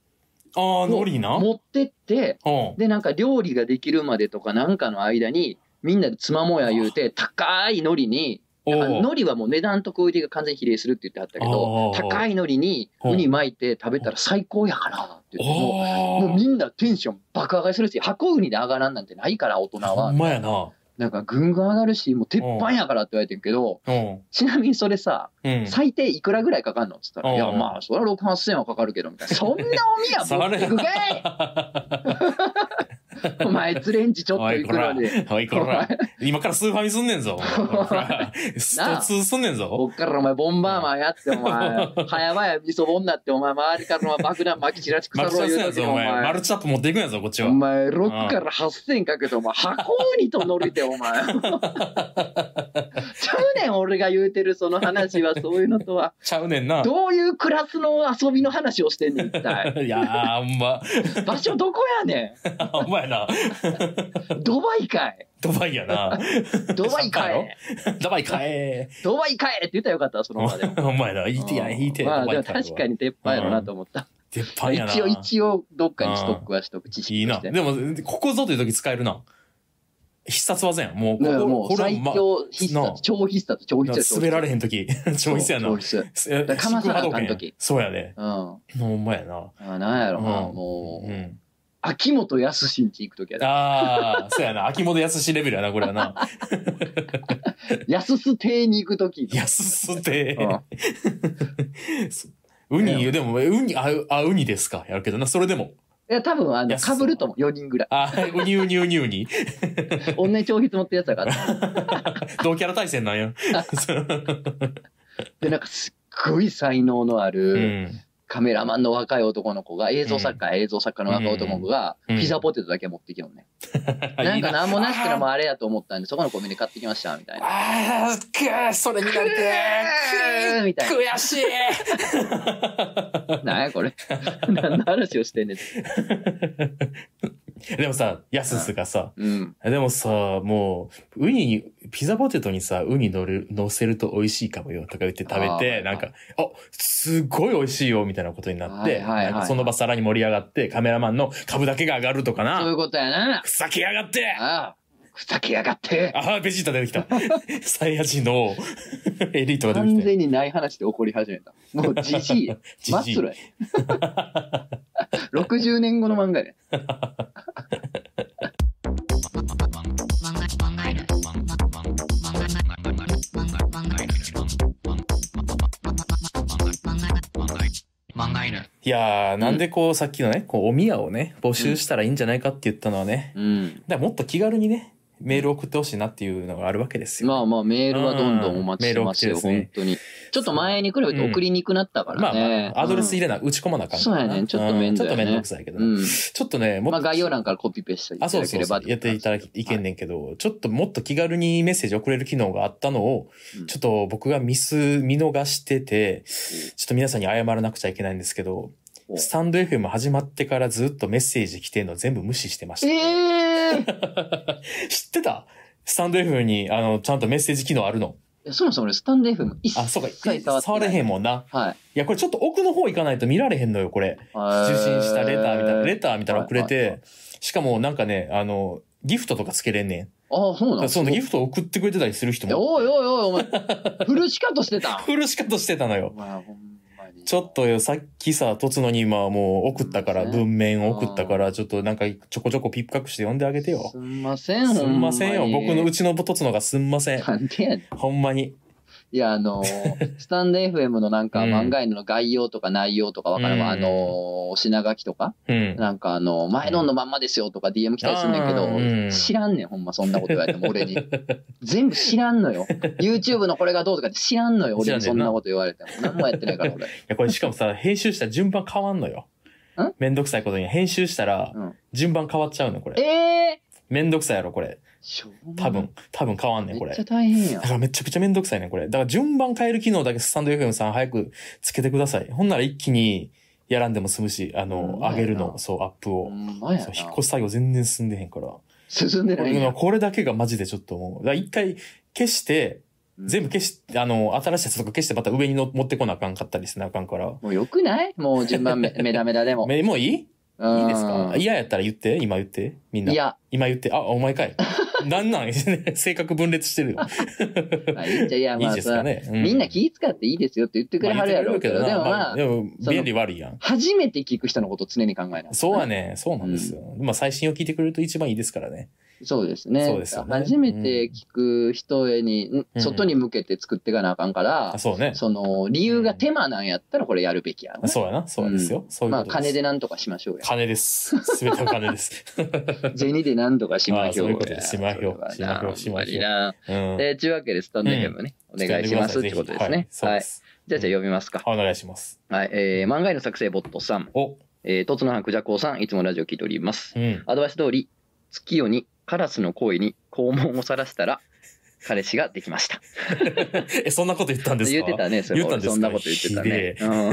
[SPEAKER 2] あ、ノリな。うん。
[SPEAKER 1] 持ってって、で、なんか料理ができるまでとかなんかの間に、みんなでつまもうや言うて、高い海苔に、
[SPEAKER 2] お
[SPEAKER 1] あ
[SPEAKER 2] ー
[SPEAKER 1] 海苔はもう値段とクオリティが完全に比例するって言ってあったけど
[SPEAKER 2] お、ー
[SPEAKER 1] 高い海苔に
[SPEAKER 2] うん
[SPEAKER 1] ウニ巻いて食べたら最高やからって言って、もう
[SPEAKER 2] お
[SPEAKER 1] もう
[SPEAKER 2] ー。
[SPEAKER 1] みんなテンション爆上がりするし、箱ウニで上がらんなんてないから、大人
[SPEAKER 2] ほ
[SPEAKER 1] は
[SPEAKER 2] ん。まやな。
[SPEAKER 1] なんかぐんぐん上がるし、もう鉄板やからって言われてんけど、
[SPEAKER 2] うん。
[SPEAKER 1] ちなみにそれさ、
[SPEAKER 2] うん。
[SPEAKER 1] 最低いくらぐらいかかんのっつったら、
[SPEAKER 2] うん
[SPEAKER 1] いや、まあ、そりゃ6、8000円はかかるけど、みたいな。 そんなお宮持ってくかいお前、レンジちょっ
[SPEAKER 2] お
[SPEAKER 1] と
[SPEAKER 2] い
[SPEAKER 1] い
[SPEAKER 2] こ
[SPEAKER 1] くら
[SPEAKER 2] ら
[SPEAKER 1] で。、
[SPEAKER 2] おいこら、今からスーファミすんねんぞ。 ストツーすんねんぞ。
[SPEAKER 1] こっからお前、ボンバーマンやって、お前、早々味噌ぼんなって、お前、周りからお前爆弾巻き散らし腐
[SPEAKER 2] マルチ
[SPEAKER 1] ろ
[SPEAKER 2] ャ
[SPEAKER 1] う
[SPEAKER 2] ッ
[SPEAKER 1] 言
[SPEAKER 2] プ
[SPEAKER 1] う
[SPEAKER 2] や
[SPEAKER 1] とき
[SPEAKER 2] ぞ、
[SPEAKER 1] に
[SPEAKER 2] お
[SPEAKER 1] お
[SPEAKER 2] 前。マ
[SPEAKER 1] 前
[SPEAKER 2] ル。チャップ持っていくんやぞ、こっちは
[SPEAKER 1] お。前、6から8000かけて、お前、箱ウニと乗りて、お 前。ちゃうねん、俺が言うてるその話は、そういうのとは。
[SPEAKER 2] ちゃうねんな。
[SPEAKER 1] どういうクラスの遊びの話をしてんねん、一体。
[SPEAKER 2] いやー、あんま、
[SPEAKER 1] 場所どこやね
[SPEAKER 2] あんまやな。
[SPEAKER 1] ん。ドバイかい。
[SPEAKER 2] ドバイ やな。
[SPEAKER 1] ドバイかい。
[SPEAKER 2] ドバイ買え。
[SPEAKER 1] ド バイかいって言ったらよかったわ、その場でも。
[SPEAKER 2] お前な、いいてや、いいて。
[SPEAKER 1] まあ、
[SPEAKER 2] ドバ
[SPEAKER 1] で
[SPEAKER 2] イ
[SPEAKER 1] も
[SPEAKER 2] 買え
[SPEAKER 1] 確かに鉄板やろなと思った。
[SPEAKER 2] 鉄板やな。
[SPEAKER 1] 一応、一応、どっかにストックはしとく。知
[SPEAKER 2] い
[SPEAKER 1] 識
[SPEAKER 2] い
[SPEAKER 1] と
[SPEAKER 2] な。
[SPEAKER 1] して。
[SPEAKER 2] でも、ここぞという時使えるな。必殺技やん。もう、
[SPEAKER 1] だか
[SPEAKER 2] こ
[SPEAKER 1] ら
[SPEAKER 2] こ
[SPEAKER 1] もう
[SPEAKER 2] これは
[SPEAKER 1] 最
[SPEAKER 2] ま
[SPEAKER 1] 強必
[SPEAKER 2] なあ
[SPEAKER 1] 殺、超必殺、超必殺。
[SPEAKER 2] 滑られ
[SPEAKER 1] ん。
[SPEAKER 2] へん時、 超必要やな
[SPEAKER 1] 超。必殺。
[SPEAKER 2] す
[SPEAKER 1] だ
[SPEAKER 2] え
[SPEAKER 1] からかまさなあかん時
[SPEAKER 2] 四駆波動拳やそうやで。
[SPEAKER 1] うん。あ
[SPEAKER 2] ほんまやな。
[SPEAKER 1] なんやろな、
[SPEAKER 2] うん
[SPEAKER 1] もう、
[SPEAKER 2] うん。
[SPEAKER 1] 秋元康んち行くときやで。
[SPEAKER 2] ああ、そうやな。秋元康レベルやな、これは な。
[SPEAKER 1] 安す亭に行くとき。
[SPEAKER 2] 安すて
[SPEAKER 1] うん。
[SPEAKER 2] ウニ、でも、えウニ、あ、あ、ウニですか。やるけどな、それでも。
[SPEAKER 1] いや、多分、あの、
[SPEAKER 2] 安そう
[SPEAKER 1] 被ると思う。4人ぐらい。
[SPEAKER 2] あ、ウニウニウニウニ。
[SPEAKER 1] 同じ超必持ってるやつだから。
[SPEAKER 2] 同キャラ対 戦なんや。
[SPEAKER 1] で、なんかすっごい才能のあ
[SPEAKER 2] う
[SPEAKER 1] る
[SPEAKER 2] ん。
[SPEAKER 1] カメラマンの若い男の子が、映像作家、映像作家の若い男の子が、
[SPEAKER 2] うん
[SPEAKER 1] ピザポテトだけ持ってきようね。なんか何もなしからもうあれやと思ったんで、そこのコンビニで買ってきました、みたい な。
[SPEAKER 2] ああ、くーそれにな
[SPEAKER 1] くーみたい
[SPEAKER 2] 悔しい
[SPEAKER 1] なんやこれ。何の話をしてんねん。
[SPEAKER 2] でもさ、ヤススがさ、
[SPEAKER 1] うん。
[SPEAKER 2] でもさ、もう、ウニに、ピザポテトにさ、ウニ乗る、乗せると美味しいかもよとか言って食べ
[SPEAKER 1] あ
[SPEAKER 2] て、
[SPEAKER 1] ー
[SPEAKER 2] なんか、あ、すごい美味しいよみたいなことになっ
[SPEAKER 1] は
[SPEAKER 2] て、
[SPEAKER 1] いはいはいはい
[SPEAKER 2] なんかその場さらに盛り上がって、カメラマンの株だけが上がるとか
[SPEAKER 1] そうい
[SPEAKER 2] な、
[SPEAKER 1] うことやな。
[SPEAKER 2] ふざけやがって
[SPEAKER 1] ああ、ふざけやがって。
[SPEAKER 2] ああ、ベジータ出てきた。サイヤ人の エリートが出
[SPEAKER 1] 完
[SPEAKER 2] てきて。
[SPEAKER 1] 全にない話で怒り始めた。もうじ じいや。マ
[SPEAKER 2] ジ
[SPEAKER 1] ッ
[SPEAKER 2] ジ
[SPEAKER 1] ス
[SPEAKER 2] イ
[SPEAKER 1] ルや。60年後の漫画や。
[SPEAKER 2] いやー、なんでこう、さっきのね、こう、お宮をね、募集したらいいんじゃないかって言ったのはね、
[SPEAKER 1] うん。
[SPEAKER 2] だからもっと気軽にね、メール送ってほしいなっていうのがあるわけですよ。
[SPEAKER 1] まあまあ、メールはどんどんお待ちしてますよ、
[SPEAKER 2] うんメール
[SPEAKER 1] 本当に。ちょっと前に比べて送りにくくなったからね。
[SPEAKER 2] まあまあ、アドレス入
[SPEAKER 1] れ、
[SPEAKER 2] れな、打ち込まなあかん
[SPEAKER 1] そうやねんちょっと面倒やね
[SPEAKER 2] うんちょっと面倒くさいけど
[SPEAKER 1] う
[SPEAKER 2] な、
[SPEAKER 1] ん。
[SPEAKER 2] ちょっとね、もっ
[SPEAKER 1] まあ、
[SPEAKER 2] と、
[SPEAKER 1] 概要欄からコピペしていた
[SPEAKER 2] あ、そう
[SPEAKER 1] だけ
[SPEAKER 2] そう
[SPEAKER 1] れ
[SPEAKER 2] そ
[SPEAKER 1] ば
[SPEAKER 2] う、やっていただき、いけんねんけど、ちょっともっと気軽にメッセージ送れる機能があったのを、
[SPEAKER 1] うん
[SPEAKER 2] ちょっと僕がミス、見逃してて、ちょっと皆さんに謝らなくちゃいけないんですけど、
[SPEAKER 1] お
[SPEAKER 2] スタンド FM 始まってからずっとメッセージ来てんの全部無視してました。
[SPEAKER 1] ええ
[SPEAKER 2] 知ってたスタンド FM に、あの、ちゃんとメッセージ機能あるの。
[SPEAKER 1] ー、そもそも俺スタンド FM 一
[SPEAKER 2] あ、そうか、
[SPEAKER 1] 切触ってない。
[SPEAKER 2] 触れへん
[SPEAKER 1] ん。
[SPEAKER 2] もんな。
[SPEAKER 1] はい。
[SPEAKER 2] いや、これちょっと奥の方行かないと見られへんのよ、これ。受信したレターみたいな、レターみたいなのくれ
[SPEAKER 1] はいはいは
[SPEAKER 2] て、しかもなんかね、あの、ギフトとかつけれんねん。
[SPEAKER 1] ああ、そうな
[SPEAKER 2] だか
[SPEAKER 1] の
[SPEAKER 2] らそのギフトを送ってくれてたりする人
[SPEAKER 1] いや
[SPEAKER 2] も、
[SPEAKER 1] おいおいおい、お前、フルシカトして たん。
[SPEAKER 2] 苦しかとしてたの
[SPEAKER 1] お
[SPEAKER 2] よ。
[SPEAKER 1] 前ほんまに
[SPEAKER 2] ちょっとよ、さっきさ、とつのに今もう送ったから、
[SPEAKER 1] そうですね
[SPEAKER 2] 文面を送ったから、ちょっとなんかちょこちょこピックアップして読んであげてよ
[SPEAKER 1] す。んません、
[SPEAKER 2] す
[SPEAKER 1] ほ
[SPEAKER 2] ん
[SPEAKER 1] んま
[SPEAKER 2] ま
[SPEAKER 1] に。
[SPEAKER 2] せんよ。僕のうちのとつのがすんません。
[SPEAKER 1] なんでやねん。
[SPEAKER 2] ほんまに。
[SPEAKER 1] いや、あ のースタンド FM のなんか、
[SPEAKER 2] うん
[SPEAKER 1] 漫画の概要とか内容とかわからんわ、
[SPEAKER 2] うん
[SPEAKER 1] あのー品書きとか、
[SPEAKER 2] うん。
[SPEAKER 1] なんかあのー前ののまんまですよとか DM 来たりすんねんけど、
[SPEAKER 2] うん
[SPEAKER 1] 知らんねん、ほんま、そんなこと言われても俺に。全部知らんのよ。YouTube のこれがどうとかって知らんのよ、俺に
[SPEAKER 2] 知ら
[SPEAKER 1] そ
[SPEAKER 2] ん
[SPEAKER 1] ん
[SPEAKER 2] ねんな
[SPEAKER 1] なこと言われても。何もやってないから、 俺。
[SPEAKER 2] いや、これしかもさ、編集したら順番変わんのよ
[SPEAKER 1] ん。
[SPEAKER 2] めんどくさいことに。編集したら
[SPEAKER 1] うん、
[SPEAKER 2] 順番変わっちゃうの、これ。
[SPEAKER 1] え
[SPEAKER 2] めんどくさいやろ、これ。
[SPEAKER 1] ー、しょうもない
[SPEAKER 2] 多分、多分変わんねん、こ
[SPEAKER 1] め
[SPEAKER 2] れ
[SPEAKER 1] っちゃ。大変や
[SPEAKER 2] だ。からめちゃくちゃめんどくさいね、これ。だから順番変える機能だけスタンド FM さん早くつけてください。ほんなら一気にやらんでも済むし、あの
[SPEAKER 1] う、ん
[SPEAKER 2] 上げる
[SPEAKER 1] そうや
[SPEAKER 2] の、
[SPEAKER 1] な
[SPEAKER 2] そう、アップ
[SPEAKER 1] ほ
[SPEAKER 2] を。
[SPEAKER 1] んまや
[SPEAKER 2] そう
[SPEAKER 1] な。
[SPEAKER 2] 引っ越し作業全然進んでへんから。
[SPEAKER 1] 進んでないん
[SPEAKER 2] 俺の
[SPEAKER 1] や。
[SPEAKER 2] これだけがマジでちょっともう。だから一回消して、全部消し、あの、新しいやつとか消してまた上にの持ってこなあかんかったりせなあかんから。
[SPEAKER 1] もうよくないもう順番めメダメダでも。
[SPEAKER 2] めもういいい
[SPEAKER 1] い
[SPEAKER 2] いですか嫌やったら言って、今言って、みんな。
[SPEAKER 1] いや、
[SPEAKER 2] 今言って、あ、お前 かい。なんなん 性格分裂してるよ。
[SPEAKER 1] まあいいんじゃいや、
[SPEAKER 2] い
[SPEAKER 1] ま
[SPEAKER 2] い
[SPEAKER 1] あ
[SPEAKER 2] ですか
[SPEAKER 1] さ、
[SPEAKER 2] ね。う
[SPEAKER 1] みんな気遣っていいですよって言ってくれはるやろうけど、でもまあ
[SPEAKER 2] で、も
[SPEAKER 1] その
[SPEAKER 2] 便利悪いやん。
[SPEAKER 1] 初めて聞く人のことを常に考えない。
[SPEAKER 2] そうはね、そうなんですよ。まあ最新を聞いてくれると一番いいですからね。
[SPEAKER 1] そうですね。
[SPEAKER 2] そうですよね
[SPEAKER 1] 初めて聞く人へに、ん
[SPEAKER 2] うん
[SPEAKER 1] 外に向けて作っていかなあかんから
[SPEAKER 2] あ、そうね。
[SPEAKER 1] その、理由が手間なんやったらこれやるべきやろね
[SPEAKER 2] そうやな、そうですよ。そういう
[SPEAKER 1] ま
[SPEAKER 2] こ
[SPEAKER 1] あ、
[SPEAKER 2] と
[SPEAKER 1] 金
[SPEAKER 2] です。
[SPEAKER 1] でなんとかしましょうや。
[SPEAKER 2] 金です。すべては金です。
[SPEAKER 1] 銭でなんとかしましょう
[SPEAKER 2] ああそういうこと
[SPEAKER 1] や。
[SPEAKER 2] ですしましょう
[SPEAKER 1] それはな
[SPEAKER 2] しましょうしましょう
[SPEAKER 1] ほんまにな
[SPEAKER 2] うん。
[SPEAKER 1] えー、というわけで、スタンド FM ね、お願いしますってことですね。
[SPEAKER 2] そう
[SPEAKER 1] は
[SPEAKER 2] で
[SPEAKER 1] い。
[SPEAKER 2] す。
[SPEAKER 1] じゃあ、じゃあ読みますか。
[SPEAKER 2] お願いします。
[SPEAKER 1] はい。えー、漫画への作成ボットさん、
[SPEAKER 2] お、
[SPEAKER 1] えー、とつのはくじゃこうさん、いつもラジオ聞いております。
[SPEAKER 2] うん。
[SPEAKER 1] アドバイス通り、月夜にカラスの声に肛門をさらしたら、彼氏ができました。
[SPEAKER 2] え、そんなこと言ったんですか
[SPEAKER 1] 言ってたね、それ
[SPEAKER 2] 言ったんですか
[SPEAKER 1] そんなこと言ってたね。う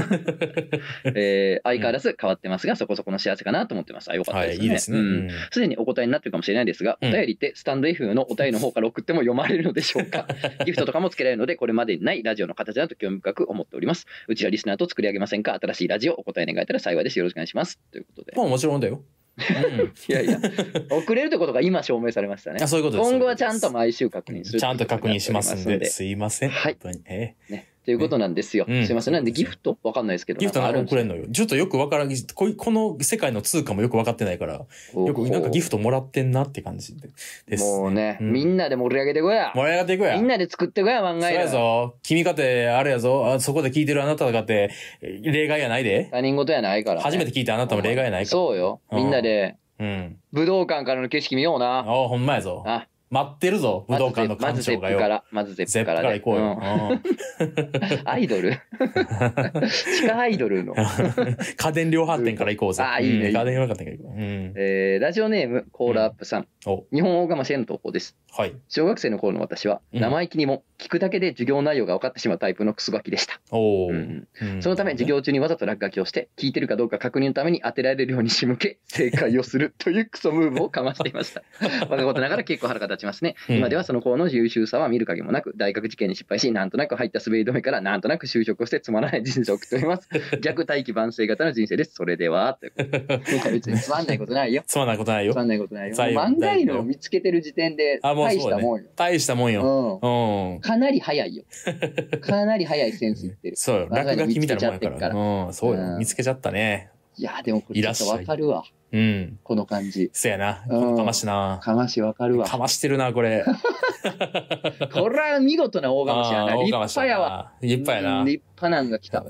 [SPEAKER 1] ん えー相変わらず変わってますが、そこそこの幸せかなと思ってます。あ、よかった
[SPEAKER 2] は
[SPEAKER 1] で
[SPEAKER 2] い、
[SPEAKER 1] すね。
[SPEAKER 2] いいですね。
[SPEAKER 1] うん
[SPEAKER 2] うん
[SPEAKER 1] すでにお答えになってるかもしれないですが、
[SPEAKER 2] うん
[SPEAKER 1] お便りってスタンド F のお便りの方から送っても読まれるのでしょう か。ギフトとかもつけられるので、これまでにないラジオの形だと興味深く思っております。うちはリスナーと作り上げませんか新しいラジオお答え願えたら幸いです。よろしくお願いします。ということで。
[SPEAKER 2] まあもちろんだよ。うん
[SPEAKER 1] いや いや、送れるってことが今証明されましたね
[SPEAKER 2] あ。そういうことです。
[SPEAKER 1] 今後はちゃんと毎週確認する。
[SPEAKER 2] ちゃんと確認しますんで、。すいません。
[SPEAKER 1] はい
[SPEAKER 2] 本当に。え
[SPEAKER 1] ね、ということなんですよ。
[SPEAKER 2] うん
[SPEAKER 1] すいません。なんでギフトわかんないですけど。
[SPEAKER 2] ギフト
[SPEAKER 1] な
[SPEAKER 2] なんん
[SPEAKER 1] か
[SPEAKER 2] か
[SPEAKER 1] あるん
[SPEAKER 2] 送れんのよ。ちょっとよくわからん。こいこの世界の通貨もよく分かってないから、よくなんかギフトもらってんなって感じでです。
[SPEAKER 1] もうね、
[SPEAKER 2] うん
[SPEAKER 1] みんなで盛り上げてこや。
[SPEAKER 2] 盛り上がっていくや。
[SPEAKER 1] みんなで作ってこや、漫
[SPEAKER 2] そ
[SPEAKER 1] 画
[SPEAKER 2] うや
[SPEAKER 1] や。
[SPEAKER 2] ぞ。君かて、あれやぞ。あそこで聞いてるあなたかて、例外やないで。
[SPEAKER 1] 他人事やないから、ね。
[SPEAKER 2] 初めて聞いたあなたも例外やないから。
[SPEAKER 1] そうよ。
[SPEAKER 2] うん
[SPEAKER 1] みんなで、
[SPEAKER 2] うん。
[SPEAKER 1] 武道館からの景色見よう
[SPEAKER 2] あ
[SPEAKER 1] な。
[SPEAKER 2] あ、ほんまやぞ。
[SPEAKER 1] あ、
[SPEAKER 2] 待ってるぞ、武道館の
[SPEAKER 1] ま
[SPEAKER 2] 館
[SPEAKER 1] ずゼ
[SPEAKER 2] 長
[SPEAKER 1] ッ
[SPEAKER 2] が
[SPEAKER 1] プか
[SPEAKER 2] よ。
[SPEAKER 1] ら、まずゼ
[SPEAKER 2] ゼ
[SPEAKER 1] ッ
[SPEAKER 2] ッ
[SPEAKER 1] プか
[SPEAKER 2] プ
[SPEAKER 1] らで。
[SPEAKER 2] から行こうよ。
[SPEAKER 1] うんアイドル地下アイドル の。
[SPEAKER 2] うん家電量販店から行こうぜ。
[SPEAKER 1] ああいいね
[SPEAKER 2] うん
[SPEAKER 1] いいね
[SPEAKER 2] 家電量販店から行こう。うん。
[SPEAKER 1] えーラジオネーム、コーラアップさん。
[SPEAKER 2] お、
[SPEAKER 1] 日本大釜市への投稿です。
[SPEAKER 2] はい。
[SPEAKER 1] 小学生の頃の私は、
[SPEAKER 2] うん
[SPEAKER 1] 生意気にも聞くだけで授業内容が分かってしまうタイプのクソガキでした。
[SPEAKER 2] お
[SPEAKER 1] う
[SPEAKER 2] ー
[SPEAKER 1] んそのため授。業中にわざと落書きをして聞いてるかどうか確認のために当てられるように仕向 け正解をするというクソムーブをかましていました我がことながら結構腹が立ちますね、
[SPEAKER 2] うん
[SPEAKER 1] 今ではその子の優秀さは見る影もなく大学受験に失敗しなんとなく入った滑り止めからなんとなく就職をしてつまらない人生を送っております逆大器晩成型の人生ですそれで はということでいや別につまんないことないよ
[SPEAKER 2] つまんないことない
[SPEAKER 1] つま
[SPEAKER 2] よ。
[SPEAKER 1] んないことないよ
[SPEAKER 2] 最後
[SPEAKER 1] 漫画犬を見つけてる時点で
[SPEAKER 2] あもうそう
[SPEAKER 1] 大
[SPEAKER 2] ね
[SPEAKER 1] したもんよ
[SPEAKER 2] 大したもんよ。
[SPEAKER 1] うん
[SPEAKER 2] うん。
[SPEAKER 1] かなり早いよかなり早いセンスいって る
[SPEAKER 2] そうよ。
[SPEAKER 1] 我が
[SPEAKER 2] 落
[SPEAKER 1] 家
[SPEAKER 2] 書
[SPEAKER 1] に
[SPEAKER 2] き
[SPEAKER 1] 見
[SPEAKER 2] み
[SPEAKER 1] つ
[SPEAKER 2] た
[SPEAKER 1] け
[SPEAKER 2] い
[SPEAKER 1] ち
[SPEAKER 2] な
[SPEAKER 1] ゃ
[SPEAKER 2] も
[SPEAKER 1] っ
[SPEAKER 2] んや
[SPEAKER 1] てる
[SPEAKER 2] か
[SPEAKER 1] から
[SPEAKER 2] ら。うん、そう
[SPEAKER 1] う
[SPEAKER 2] よ。
[SPEAKER 1] ん
[SPEAKER 2] 見つけちゃったね。
[SPEAKER 1] いやーでもこれちょっとわかるわ
[SPEAKER 2] うん。
[SPEAKER 1] この感じ
[SPEAKER 2] せやな。
[SPEAKER 1] うん
[SPEAKER 2] かましな。
[SPEAKER 1] かましわかるわ
[SPEAKER 2] かましてるな、これ。
[SPEAKER 1] これは見事な 大かましやな
[SPEAKER 2] あー
[SPEAKER 1] 立
[SPEAKER 2] 大かまし
[SPEAKER 1] 派やわ
[SPEAKER 2] な立派や
[SPEAKER 1] うん
[SPEAKER 2] な。
[SPEAKER 1] 立派なんが来た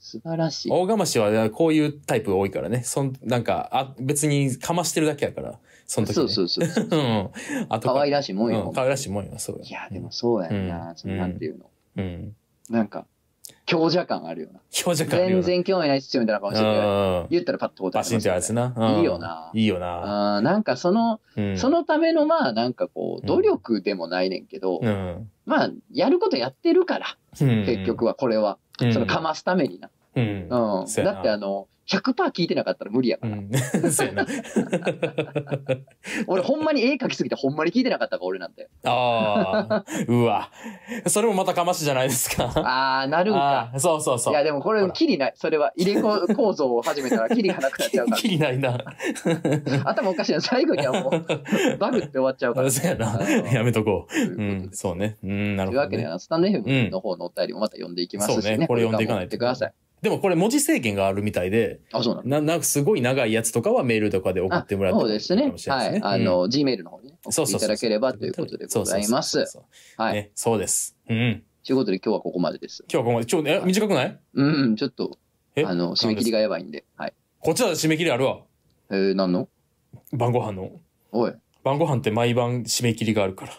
[SPEAKER 1] 素晴らしい
[SPEAKER 2] 大釜氏はこういうタイプ多いからね。そんなんかあ、別にかましてるだけやから、その時、ね。
[SPEAKER 1] そうそうそうそう
[SPEAKER 2] う。ん。あと
[SPEAKER 1] 可愛ら
[SPEAKER 2] らし
[SPEAKER 1] しいもんよ
[SPEAKER 2] 可愛らしいもんよ、そうよ
[SPEAKER 1] いやーでもそうやんな、
[SPEAKER 2] うん
[SPEAKER 1] そのなんていうの、
[SPEAKER 2] うん。
[SPEAKER 1] なんか強者感あるよな
[SPEAKER 2] 表情感ある
[SPEAKER 1] 全
[SPEAKER 2] よな。
[SPEAKER 1] 然興味ないっすよみたいな顔してて
[SPEAKER 2] うん。
[SPEAKER 1] 言ったらパッと答え
[SPEAKER 2] バシンってやつな。うん
[SPEAKER 1] いいよない
[SPEAKER 2] いよな。
[SPEAKER 1] あーなんかその、
[SPEAKER 2] うん。
[SPEAKER 1] そのためのまあなんかこ
[SPEAKER 2] う
[SPEAKER 1] うん努力でもないねんけど、
[SPEAKER 2] うん、
[SPEAKER 1] まあやることやってるから、
[SPEAKER 2] うん。
[SPEAKER 1] 結局はこれは、
[SPEAKER 2] うん、
[SPEAKER 1] そのかますためにな
[SPEAKER 2] うん。
[SPEAKER 1] うん、
[SPEAKER 2] そうや
[SPEAKER 1] だ
[SPEAKER 2] な
[SPEAKER 1] ってあの100%聞いてなかったら無理やか
[SPEAKER 2] う
[SPEAKER 1] ら、
[SPEAKER 2] ん。 そうやな。
[SPEAKER 1] 俺ほんまに絵描きすぎてほんまに聞いてなかったから俺なん て
[SPEAKER 2] ああ。うわ。それもまたかましじゃないですか。
[SPEAKER 1] ああなるん
[SPEAKER 2] あ
[SPEAKER 1] か
[SPEAKER 2] あ、そうそうそ
[SPEAKER 1] いうや。でもこ
[SPEAKER 2] ほ
[SPEAKER 1] れ
[SPEAKER 2] ら
[SPEAKER 1] キリないそれは入れ子構造を始めたらキリがなくなっちゃうか
[SPEAKER 2] きりない な。
[SPEAKER 1] ら頭おかしいな最後にはも うバグって終わっちゃうから
[SPEAKER 2] そうやな。
[SPEAKER 1] うん
[SPEAKER 2] やめとこ
[SPEAKER 1] というこ
[SPEAKER 2] う。う
[SPEAKER 1] と
[SPEAKER 2] ん
[SPEAKER 1] で。
[SPEAKER 2] そうね。うん、な
[SPEAKER 1] と
[SPEAKER 2] る
[SPEAKER 1] いう
[SPEAKER 2] ほど
[SPEAKER 1] わけで
[SPEAKER 2] ね。
[SPEAKER 1] あのスタンド FM の方のお便りもまた読んでいきますしね,、
[SPEAKER 2] そうねこれ読んでいかないと
[SPEAKER 1] ってください
[SPEAKER 2] でもこれ文字制限があるみたいで、
[SPEAKER 1] あそうなの
[SPEAKER 2] な、なんかすごい長いやつとかはメールとかで送
[SPEAKER 1] あ
[SPEAKER 2] ってもらって
[SPEAKER 1] そ
[SPEAKER 2] も
[SPEAKER 1] う
[SPEAKER 2] いい
[SPEAKER 1] です
[SPEAKER 2] か
[SPEAKER 1] ね
[SPEAKER 2] もしれ
[SPEAKER 1] は
[SPEAKER 2] ない
[SPEAKER 1] い
[SPEAKER 2] ですね。
[SPEAKER 1] あ
[SPEAKER 2] うん、
[SPEAKER 1] の、G メールの方にね送
[SPEAKER 2] そ
[SPEAKER 1] っ
[SPEAKER 2] う
[SPEAKER 1] ていう
[SPEAKER 2] そそうそう
[SPEAKER 1] ただければということでございま
[SPEAKER 2] そう
[SPEAKER 1] す
[SPEAKER 2] そうそうそう
[SPEAKER 1] はい、
[SPEAKER 2] ね、そうです。うん。
[SPEAKER 1] ということで今日はここまでです
[SPEAKER 2] 今日はここまで。ちょ、え、短くない
[SPEAKER 1] うんちょっと
[SPEAKER 2] え
[SPEAKER 1] あの締め切りがやばいんではい
[SPEAKER 2] こっちは締め切りあるわ。
[SPEAKER 1] えー、なんの
[SPEAKER 2] 晩ご飯の。
[SPEAKER 1] おい
[SPEAKER 2] 晩ご飯って毎晩締め切りがあるから。っ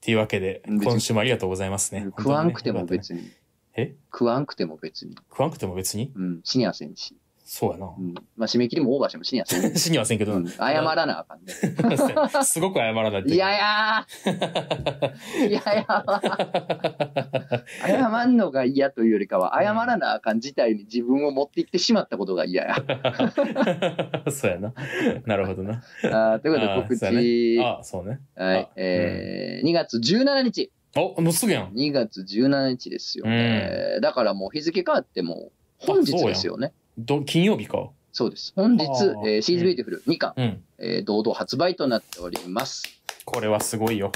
[SPEAKER 2] ていうわけで、
[SPEAKER 1] 別に
[SPEAKER 2] 今週もありがとうございますね。
[SPEAKER 1] 食わんくても
[SPEAKER 2] 本当にね
[SPEAKER 1] 別に。
[SPEAKER 2] え
[SPEAKER 1] 食わんくても別に。
[SPEAKER 2] 食わんくても別に
[SPEAKER 1] うん、死にやせんし。
[SPEAKER 2] そうやな
[SPEAKER 1] う。ん、まあ、締め切りもオーバーしても死にやせん。
[SPEAKER 2] 死にはせんけど
[SPEAKER 1] う
[SPEAKER 2] な。
[SPEAKER 1] ん、謝らなあかんね。
[SPEAKER 2] すごく謝らないと
[SPEAKER 1] いやいやーいやいや謝んのが嫌というよりかは、謝らなあかん事態に自分を持っていってしまったことが嫌や。
[SPEAKER 2] そうやな。なるほどな。
[SPEAKER 1] あーということで
[SPEAKER 2] あー
[SPEAKER 1] 告
[SPEAKER 2] そうや
[SPEAKER 1] 知、
[SPEAKER 2] あ、そうね。
[SPEAKER 1] はい
[SPEAKER 2] あ
[SPEAKER 1] えー2月17日、
[SPEAKER 2] お、もうすぐやん。
[SPEAKER 1] 2月17日ですよ、
[SPEAKER 2] うん
[SPEAKER 1] ねだからもう日付変わってもう本日ですよね。
[SPEAKER 2] ど、金曜日か。
[SPEAKER 1] そうです。本日
[SPEAKER 2] あ、ー
[SPEAKER 1] えー、シーズビューティフル2巻、
[SPEAKER 2] うん。
[SPEAKER 1] えー堂々発売となっております。
[SPEAKER 2] これはすごいよ。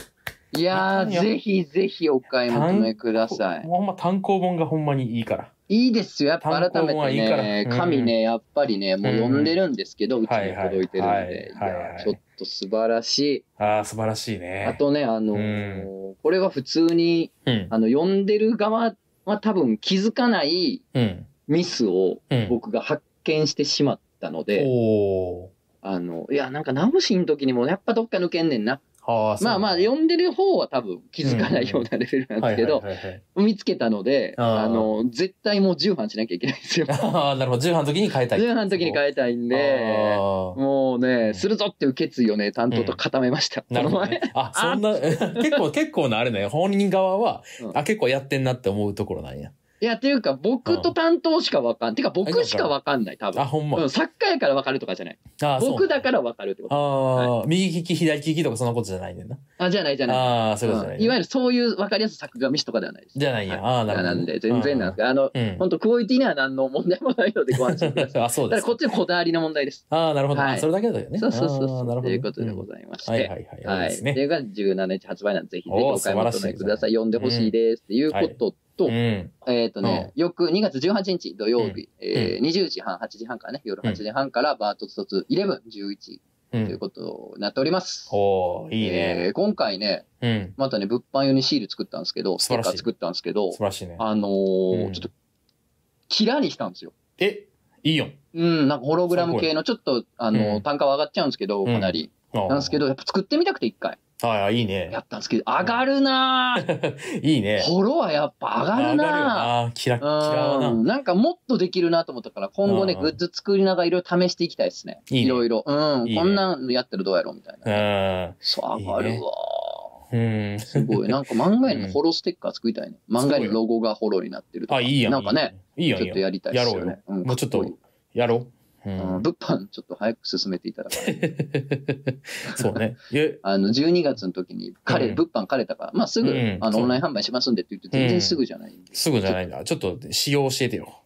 [SPEAKER 1] いや
[SPEAKER 2] い
[SPEAKER 1] ー、
[SPEAKER 2] や
[SPEAKER 1] ぜひぜひお買い求めください。
[SPEAKER 2] ほほんま単行本がほんまにいいから。
[SPEAKER 1] いいですよ、やっぱ
[SPEAKER 2] 単
[SPEAKER 1] 改
[SPEAKER 2] 行本は
[SPEAKER 1] め
[SPEAKER 2] いい
[SPEAKER 1] て
[SPEAKER 2] から
[SPEAKER 1] ね、
[SPEAKER 2] うん
[SPEAKER 1] 紙ね、やっぱりね、もう読んでるんですけど、うちに届いてるんで、い
[SPEAKER 2] はいはいはいはい
[SPEAKER 1] やーちょっと素晴らし
[SPEAKER 2] ああ、素晴らしい
[SPEAKER 1] い。
[SPEAKER 2] ね。
[SPEAKER 1] あ、とね、あのーこれは普通に、
[SPEAKER 2] うん。
[SPEAKER 1] あの、読んでる側は多分気づかない
[SPEAKER 2] うん。
[SPEAKER 1] ミスを
[SPEAKER 2] うん。
[SPEAKER 1] 僕が発見してしまったので、
[SPEAKER 2] おー
[SPEAKER 1] あの、いや、なんかナムシの時にもやっぱどっか抜けんねんな。
[SPEAKER 2] はああ、そう
[SPEAKER 1] まあまあ、読んでる方は多分気づかないようなレベルなんですけど、
[SPEAKER 2] はいはいはいはい
[SPEAKER 1] 見つけたので、
[SPEAKER 2] あー
[SPEAKER 1] あの、絶対もう重版しなきゃいけないんですよ。
[SPEAKER 2] ああ、なるほど。重版の時に変えたい。
[SPEAKER 1] 重版の時に
[SPEAKER 2] え
[SPEAKER 1] 変えたいん
[SPEAKER 2] た
[SPEAKER 1] で、もう
[SPEAKER 2] う
[SPEAKER 1] ね、
[SPEAKER 2] ん
[SPEAKER 1] するぞっていう決意をね、担当と固めました。
[SPEAKER 2] なるほど、ね。あ、そんな、結構、結構なあれね。本人側は、
[SPEAKER 1] うん
[SPEAKER 2] あ、結構やってんなって思うところなんや。
[SPEAKER 1] いや、っていうか、僕と担当しかわかん、てか僕しかわかんない、多
[SPEAKER 2] あ、
[SPEAKER 1] 分。
[SPEAKER 2] ほんま。
[SPEAKER 1] うん、作家やからわかるとかじゃない。
[SPEAKER 2] ああ、そう
[SPEAKER 1] 僕だからわかるってこ
[SPEAKER 2] あ
[SPEAKER 1] と。
[SPEAKER 2] あ、右利き、左利きとかそんなことじゃないねんな。
[SPEAKER 1] あ、じゃないじゃない。
[SPEAKER 2] ああ、そういうことじ
[SPEAKER 1] う
[SPEAKER 2] ゃなんい、
[SPEAKER 1] いわゆるそういうわかりやすい作画ミスとかではないです。
[SPEAKER 2] じゃないんや。ああ、なるほど。
[SPEAKER 1] なんで、全然なんです
[SPEAKER 2] か。
[SPEAKER 1] けど、あの、
[SPEAKER 2] うん。
[SPEAKER 1] 本当クオリティには何の問題もないのでご安心ください。
[SPEAKER 2] あ、 そう
[SPEAKER 1] ただ
[SPEAKER 2] です
[SPEAKER 1] こ。っちのこだわりの問題です。
[SPEAKER 2] ああ、なるほど。
[SPEAKER 1] はい
[SPEAKER 2] あそれだけだよね。
[SPEAKER 1] そうそうそうそ
[SPEAKER 2] あ
[SPEAKER 1] う
[SPEAKER 2] あなるほどね。
[SPEAKER 1] ということでご
[SPEAKER 2] い
[SPEAKER 1] ざいまし
[SPEAKER 2] はい
[SPEAKER 1] て。
[SPEAKER 2] はいはい。
[SPEAKER 1] はい。
[SPEAKER 2] ですね
[SPEAKER 1] そ。れが17日発売なんで、ぜひぜひ
[SPEAKER 2] おー
[SPEAKER 1] お買い求めください。読んでほしいです。っていうことと、
[SPEAKER 2] うん。
[SPEAKER 1] えっ、とね、翌2月18日土曜日、えー20時半、8時半からね、夜8時半からバートツトツ11、11
[SPEAKER 2] う。
[SPEAKER 1] というんことになっております。
[SPEAKER 2] おーいい
[SPEAKER 1] え
[SPEAKER 2] ね。
[SPEAKER 1] ー今回ね、
[SPEAKER 2] うん。
[SPEAKER 1] またね、物販用にシール作ったんですけど、ス
[SPEAKER 2] 素
[SPEAKER 1] テッ
[SPEAKER 2] 晴らしい
[SPEAKER 1] カー作ったんですけど
[SPEAKER 2] 素、晴らしいね。
[SPEAKER 1] あのー
[SPEAKER 2] うん
[SPEAKER 1] ちょっと、キラにしたんですよ。
[SPEAKER 2] え、いいよ。
[SPEAKER 1] うん、なんかホログラム系の、ちょっと、あのー
[SPEAKER 2] うん
[SPEAKER 1] 単価は上がっちゃうんですけど、
[SPEAKER 2] うん
[SPEAKER 1] かなり。
[SPEAKER 2] な
[SPEAKER 1] なんですけど、やっぱ作ってみたくて一回
[SPEAKER 2] はいはい、いいね
[SPEAKER 1] や。ったんですけど、上がるなぁ。
[SPEAKER 2] いいね。
[SPEAKER 1] ホロはやっぱ上がる
[SPEAKER 2] よ
[SPEAKER 1] なぁ。
[SPEAKER 2] な。キラッキラは
[SPEAKER 1] う
[SPEAKER 2] な。
[SPEAKER 1] ん、なんかもっとできるなと思ったから、今後ね、
[SPEAKER 2] うん
[SPEAKER 1] グッズ作りながらいろいろ試していきたいですね。
[SPEAKER 2] いいね
[SPEAKER 1] いろいろ。うん、
[SPEAKER 2] いいね
[SPEAKER 1] こんなんやったらどうやろうみたいな。そう、
[SPEAKER 2] いい
[SPEAKER 1] 上
[SPEAKER 2] ね
[SPEAKER 1] がるわ
[SPEAKER 2] うん。うん。
[SPEAKER 1] すごい。なんか漫画へ
[SPEAKER 2] う
[SPEAKER 1] の
[SPEAKER 2] ん
[SPEAKER 1] ホロステッカー作りたいね。漫画へのロゴがホロになってるとか。
[SPEAKER 2] あ、いいやん。
[SPEAKER 1] なんかね、。
[SPEAKER 2] いい
[SPEAKER 1] ち
[SPEAKER 2] やん。い
[SPEAKER 1] ょ
[SPEAKER 2] い
[SPEAKER 1] っと
[SPEAKER 2] や
[SPEAKER 1] やりたいですよね。ん
[SPEAKER 2] もうちょっと
[SPEAKER 1] かこいい
[SPEAKER 2] んやろう。う
[SPEAKER 1] うん
[SPEAKER 2] ん。
[SPEAKER 1] 物販ちょっと早く進めていただかないと
[SPEAKER 2] そうね。え、
[SPEAKER 1] あの12月の時に枯れ、
[SPEAKER 2] うん
[SPEAKER 1] 物販枯れたから、まあ、すぐ、
[SPEAKER 2] うん
[SPEAKER 1] あの
[SPEAKER 2] そう
[SPEAKER 1] オンライン販売しますんでって言って、全然すぐじゃないんで、
[SPEAKER 2] すぐじゃないんだ。ちょっと、仕様教えてよ。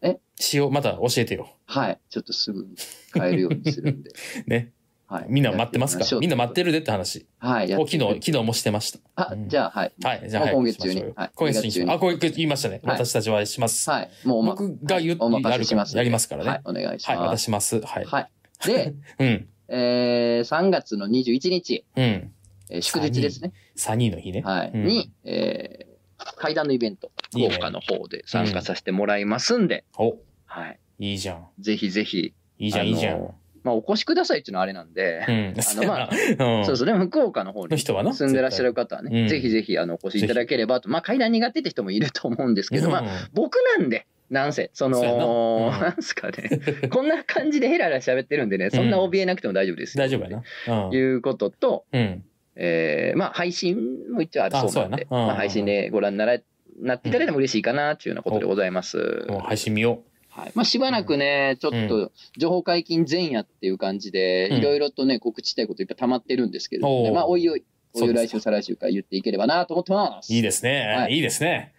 [SPEAKER 1] え
[SPEAKER 2] 仕様、また教えてよ。、
[SPEAKER 1] はい、ちょっとすぐに買えるようにするんで
[SPEAKER 2] ね、
[SPEAKER 1] はい、
[SPEAKER 2] みんな待ってますかみんな待って
[SPEAKER 1] る、
[SPEAKER 2] るでって話。
[SPEAKER 1] はい、や
[SPEAKER 2] を
[SPEAKER 1] っ
[SPEAKER 2] 昨日、昨日もしてました。
[SPEAKER 1] あ
[SPEAKER 2] うん
[SPEAKER 1] じゃあ、はい、
[SPEAKER 2] はい、じゃあ、
[SPEAKER 1] もう今
[SPEAKER 2] 早く
[SPEAKER 1] 月中に
[SPEAKER 2] しましょうよ
[SPEAKER 1] はい
[SPEAKER 2] 今月中
[SPEAKER 1] 今
[SPEAKER 2] に
[SPEAKER 1] 月中に
[SPEAKER 2] あ、これ言いましたね。
[SPEAKER 1] はい
[SPEAKER 2] 私たちはします。
[SPEAKER 1] はい、もうおま
[SPEAKER 2] 僕が言う
[SPEAKER 1] お任
[SPEAKER 2] やる
[SPEAKER 1] せしますんで
[SPEAKER 2] やりますからね。
[SPEAKER 1] はい、お願いし
[SPEAKER 2] はい、
[SPEAKER 1] ま
[SPEAKER 2] 渡
[SPEAKER 1] す。
[SPEAKER 2] します。はい。
[SPEAKER 1] はい、で、
[SPEAKER 2] うん。
[SPEAKER 1] えー、3月の21日、
[SPEAKER 2] うん。
[SPEAKER 1] えー祝日ですね、
[SPEAKER 2] サニーの日ね。
[SPEAKER 1] はい、
[SPEAKER 2] うん
[SPEAKER 1] に、えー、会談のイベント、福
[SPEAKER 2] いいね
[SPEAKER 1] 岡の方で参加させてもらいますんで、
[SPEAKER 2] お、
[SPEAKER 1] はい、
[SPEAKER 2] いいじゃん。
[SPEAKER 1] ぜひぜひ、
[SPEAKER 2] いいじゃん、
[SPEAKER 1] あの
[SPEAKER 2] いいじゃん。
[SPEAKER 1] まあ、お越しくださいっていうのはあれなんで、
[SPEAKER 2] うん。
[SPEAKER 1] あの まあ
[SPEAKER 2] うん
[SPEAKER 1] そうそう、でも福岡の方
[SPEAKER 2] の
[SPEAKER 1] に
[SPEAKER 2] 人はな。
[SPEAKER 1] 住んでらっしゃる方は
[SPEAKER 2] う
[SPEAKER 1] ね、
[SPEAKER 2] ん
[SPEAKER 1] ぜひぜひあのお越しいただければと、まあ階段苦手って人もいると思うんですけ
[SPEAKER 2] 絶
[SPEAKER 1] ど、
[SPEAKER 2] 対
[SPEAKER 1] まあ僕なんで、なんせ、そ
[SPEAKER 2] そうや
[SPEAKER 1] の、
[SPEAKER 2] なうん
[SPEAKER 1] なんすかね、こんな感じでヘラヘラ喋ってるんでね、そんな怯えなくても大丈夫です
[SPEAKER 2] うん
[SPEAKER 1] よ。
[SPEAKER 2] 大丈夫やな。
[SPEAKER 1] ということと、
[SPEAKER 2] うん。うん。
[SPEAKER 1] えーまあ配信も一応あるそうなんで
[SPEAKER 2] あ、そうやなうん
[SPEAKER 1] まあ配信でご覧にならなっていただいても嬉しいかなというようなことでございます。
[SPEAKER 2] もう配信見よ
[SPEAKER 1] はいまあ、しばらくね、ちょっと情報解禁前夜っていう感じで、
[SPEAKER 2] うん
[SPEAKER 1] いろいろとね、告知したいこといっぱい溜まってるんですけれどもね、
[SPEAKER 2] おー
[SPEAKER 1] まあ、おいおい、おいお
[SPEAKER 2] そう
[SPEAKER 1] い
[SPEAKER 2] で
[SPEAKER 1] 来
[SPEAKER 2] す
[SPEAKER 1] 週、再来週から言っていければなと思ってます。
[SPEAKER 2] う。いいですね
[SPEAKER 1] は。い
[SPEAKER 2] いいですね。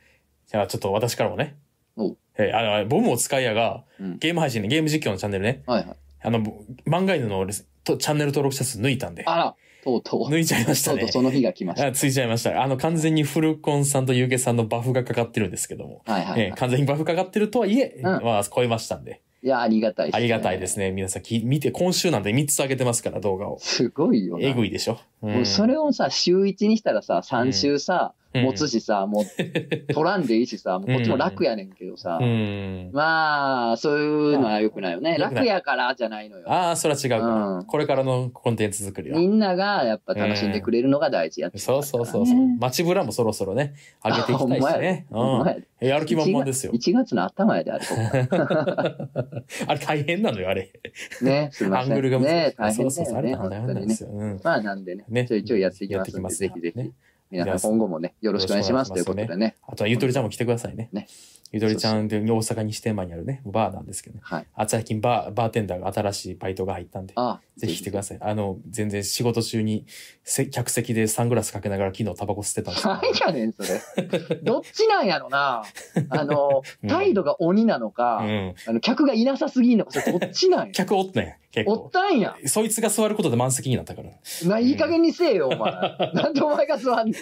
[SPEAKER 2] じゃあ、ちょっと私からもね
[SPEAKER 1] お。
[SPEAKER 2] えー、あの、ボムを使いやが
[SPEAKER 1] うん、
[SPEAKER 2] ゲーム配信ね、ゲーム実況のチャンネルね。
[SPEAKER 1] はいはい。
[SPEAKER 2] あの、漫画犬の俺とチャンネル登録者数抜いたんで。
[SPEAKER 1] あら、とうとう、
[SPEAKER 2] 抜いちゃいました
[SPEAKER 1] とうとう
[SPEAKER 2] ね。
[SPEAKER 1] その日が来ました。
[SPEAKER 2] あついちゃいました。あの、完全にフルコンさんとユーケさんのバフがかかってるんですけども。
[SPEAKER 1] はいはい、
[SPEAKER 2] えー完全にバフかかってるとはいえ、
[SPEAKER 1] ん
[SPEAKER 2] まあ、超えましたんで。
[SPEAKER 1] いや、ありがたいです、
[SPEAKER 2] ありがたいですね。皆さんき、見て、今週なんで3つ上げてますから、動画を。
[SPEAKER 1] すごいよな。
[SPEAKER 2] えぐいでしょ。う
[SPEAKER 1] もうそれをさ、週1にしたらさ、3週さ、
[SPEAKER 2] うん
[SPEAKER 1] 持つしさ、もう 取らんでいいしさ、もうこっちも楽やねんけどさ、
[SPEAKER 2] うん。
[SPEAKER 1] まあ、そういうのは良くないよね。
[SPEAKER 2] まあ良くな
[SPEAKER 1] 楽
[SPEAKER 2] い
[SPEAKER 1] やからじゃないのよ。
[SPEAKER 2] ああ、それは違うかな、
[SPEAKER 1] うん
[SPEAKER 2] これからのコンテンツ作りは
[SPEAKER 1] み。んながやっぱ楽しんでくれるのが大事やって
[SPEAKER 2] そうそうそうそう。街ブラもそろそろね、上げていきたいしね。う
[SPEAKER 1] お
[SPEAKER 2] ん。
[SPEAKER 1] 前
[SPEAKER 2] えやる気満々ですよ。
[SPEAKER 1] 1月の頭やであれここ
[SPEAKER 2] あれ大変なのよ、あれ。
[SPEAKER 1] ねすみま
[SPEAKER 2] ア
[SPEAKER 1] せ
[SPEAKER 2] ン
[SPEAKER 1] ん
[SPEAKER 2] グルが難しい。
[SPEAKER 1] ね大
[SPEAKER 2] そ
[SPEAKER 1] 変
[SPEAKER 2] うそう
[SPEAKER 1] だ
[SPEAKER 2] そう。あ
[SPEAKER 1] よね
[SPEAKER 2] れ大
[SPEAKER 1] 本
[SPEAKER 2] 変
[SPEAKER 1] 当に
[SPEAKER 2] なんで
[SPEAKER 1] ね
[SPEAKER 2] すよ。うん。
[SPEAKER 1] まあなんでね
[SPEAKER 2] ね
[SPEAKER 1] ちょいちょいやっていきますのでぜ
[SPEAKER 2] やっていきます
[SPEAKER 1] ひぜひぜ
[SPEAKER 2] ね
[SPEAKER 1] ひ皆さん今後もねよろしくお願いしますということでね
[SPEAKER 2] あとはゆとりちゃんも来てくださいね。
[SPEAKER 1] ね
[SPEAKER 2] ゆとりちゃんで大阪西天満にあるね、バーなんですけどね。
[SPEAKER 1] はい
[SPEAKER 2] あ最近バー、バーテンダーが新しいバイトが入ったんで、
[SPEAKER 1] あ
[SPEAKER 2] ぜひ来てくだ
[SPEAKER 1] さ
[SPEAKER 2] さい。あの、全然仕事中にせ客席でサングラスかけながら昨日タバコ吸ってたんですけど
[SPEAKER 1] 何 やねんそれどっちなんやろなあの
[SPEAKER 2] うん
[SPEAKER 1] 態度が鬼なのか、
[SPEAKER 2] うん。
[SPEAKER 1] あの客がいなさすぎんのかそれどっちなんや
[SPEAKER 2] 客おったんや、結
[SPEAKER 1] おっ
[SPEAKER 2] 構。
[SPEAKER 1] たんや
[SPEAKER 2] そいつが座ることで満席になったから。
[SPEAKER 1] ないい加減にせえよお前なんでお前が座んねん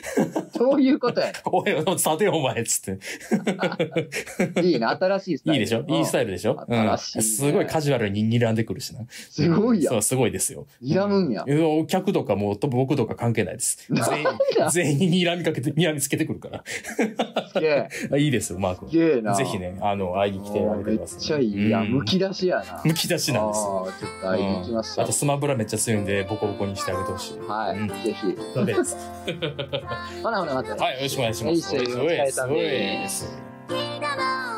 [SPEAKER 1] そういうことやねん
[SPEAKER 2] おい、立てよ、お前っつって。
[SPEAKER 1] いいな、新しいスタイ
[SPEAKER 2] いい
[SPEAKER 1] ル。
[SPEAKER 2] でしょいいスタイルでしょ、う
[SPEAKER 1] 新
[SPEAKER 2] ん、
[SPEAKER 1] しいね
[SPEAKER 2] すごいカジュアルに睨んでくるしな。
[SPEAKER 1] すごいやん
[SPEAKER 2] そう、すごいですよ。
[SPEAKER 1] 睨むんや
[SPEAKER 2] う。お客とかも、と僕とか関係ないです。全員
[SPEAKER 1] だ、
[SPEAKER 2] 全員に睨みかけて、睨みつけてくるから
[SPEAKER 1] すげえ。。
[SPEAKER 2] あいいですよ、マー君。
[SPEAKER 1] すげえな。
[SPEAKER 2] ぜひね、あの、会いに来てあげて
[SPEAKER 1] め
[SPEAKER 2] く
[SPEAKER 1] っ
[SPEAKER 2] ださい。
[SPEAKER 1] ちゃいいや。
[SPEAKER 2] うん
[SPEAKER 1] むき出しやな。
[SPEAKER 2] むき出しなんです。
[SPEAKER 1] ああ、ちょっと会いに行きまし
[SPEAKER 2] あ
[SPEAKER 1] ょ
[SPEAKER 2] と、スマブラめっちゃ強いんで、ボコボコにしてあげて ほしい。
[SPEAKER 1] う。は
[SPEAKER 2] うん
[SPEAKER 1] い。ぜひ。
[SPEAKER 2] ダメです。
[SPEAKER 1] ほなほな、またね
[SPEAKER 2] はい、よろしくお願いします。
[SPEAKER 1] はいお疲れ様です
[SPEAKER 2] おいおいおいおい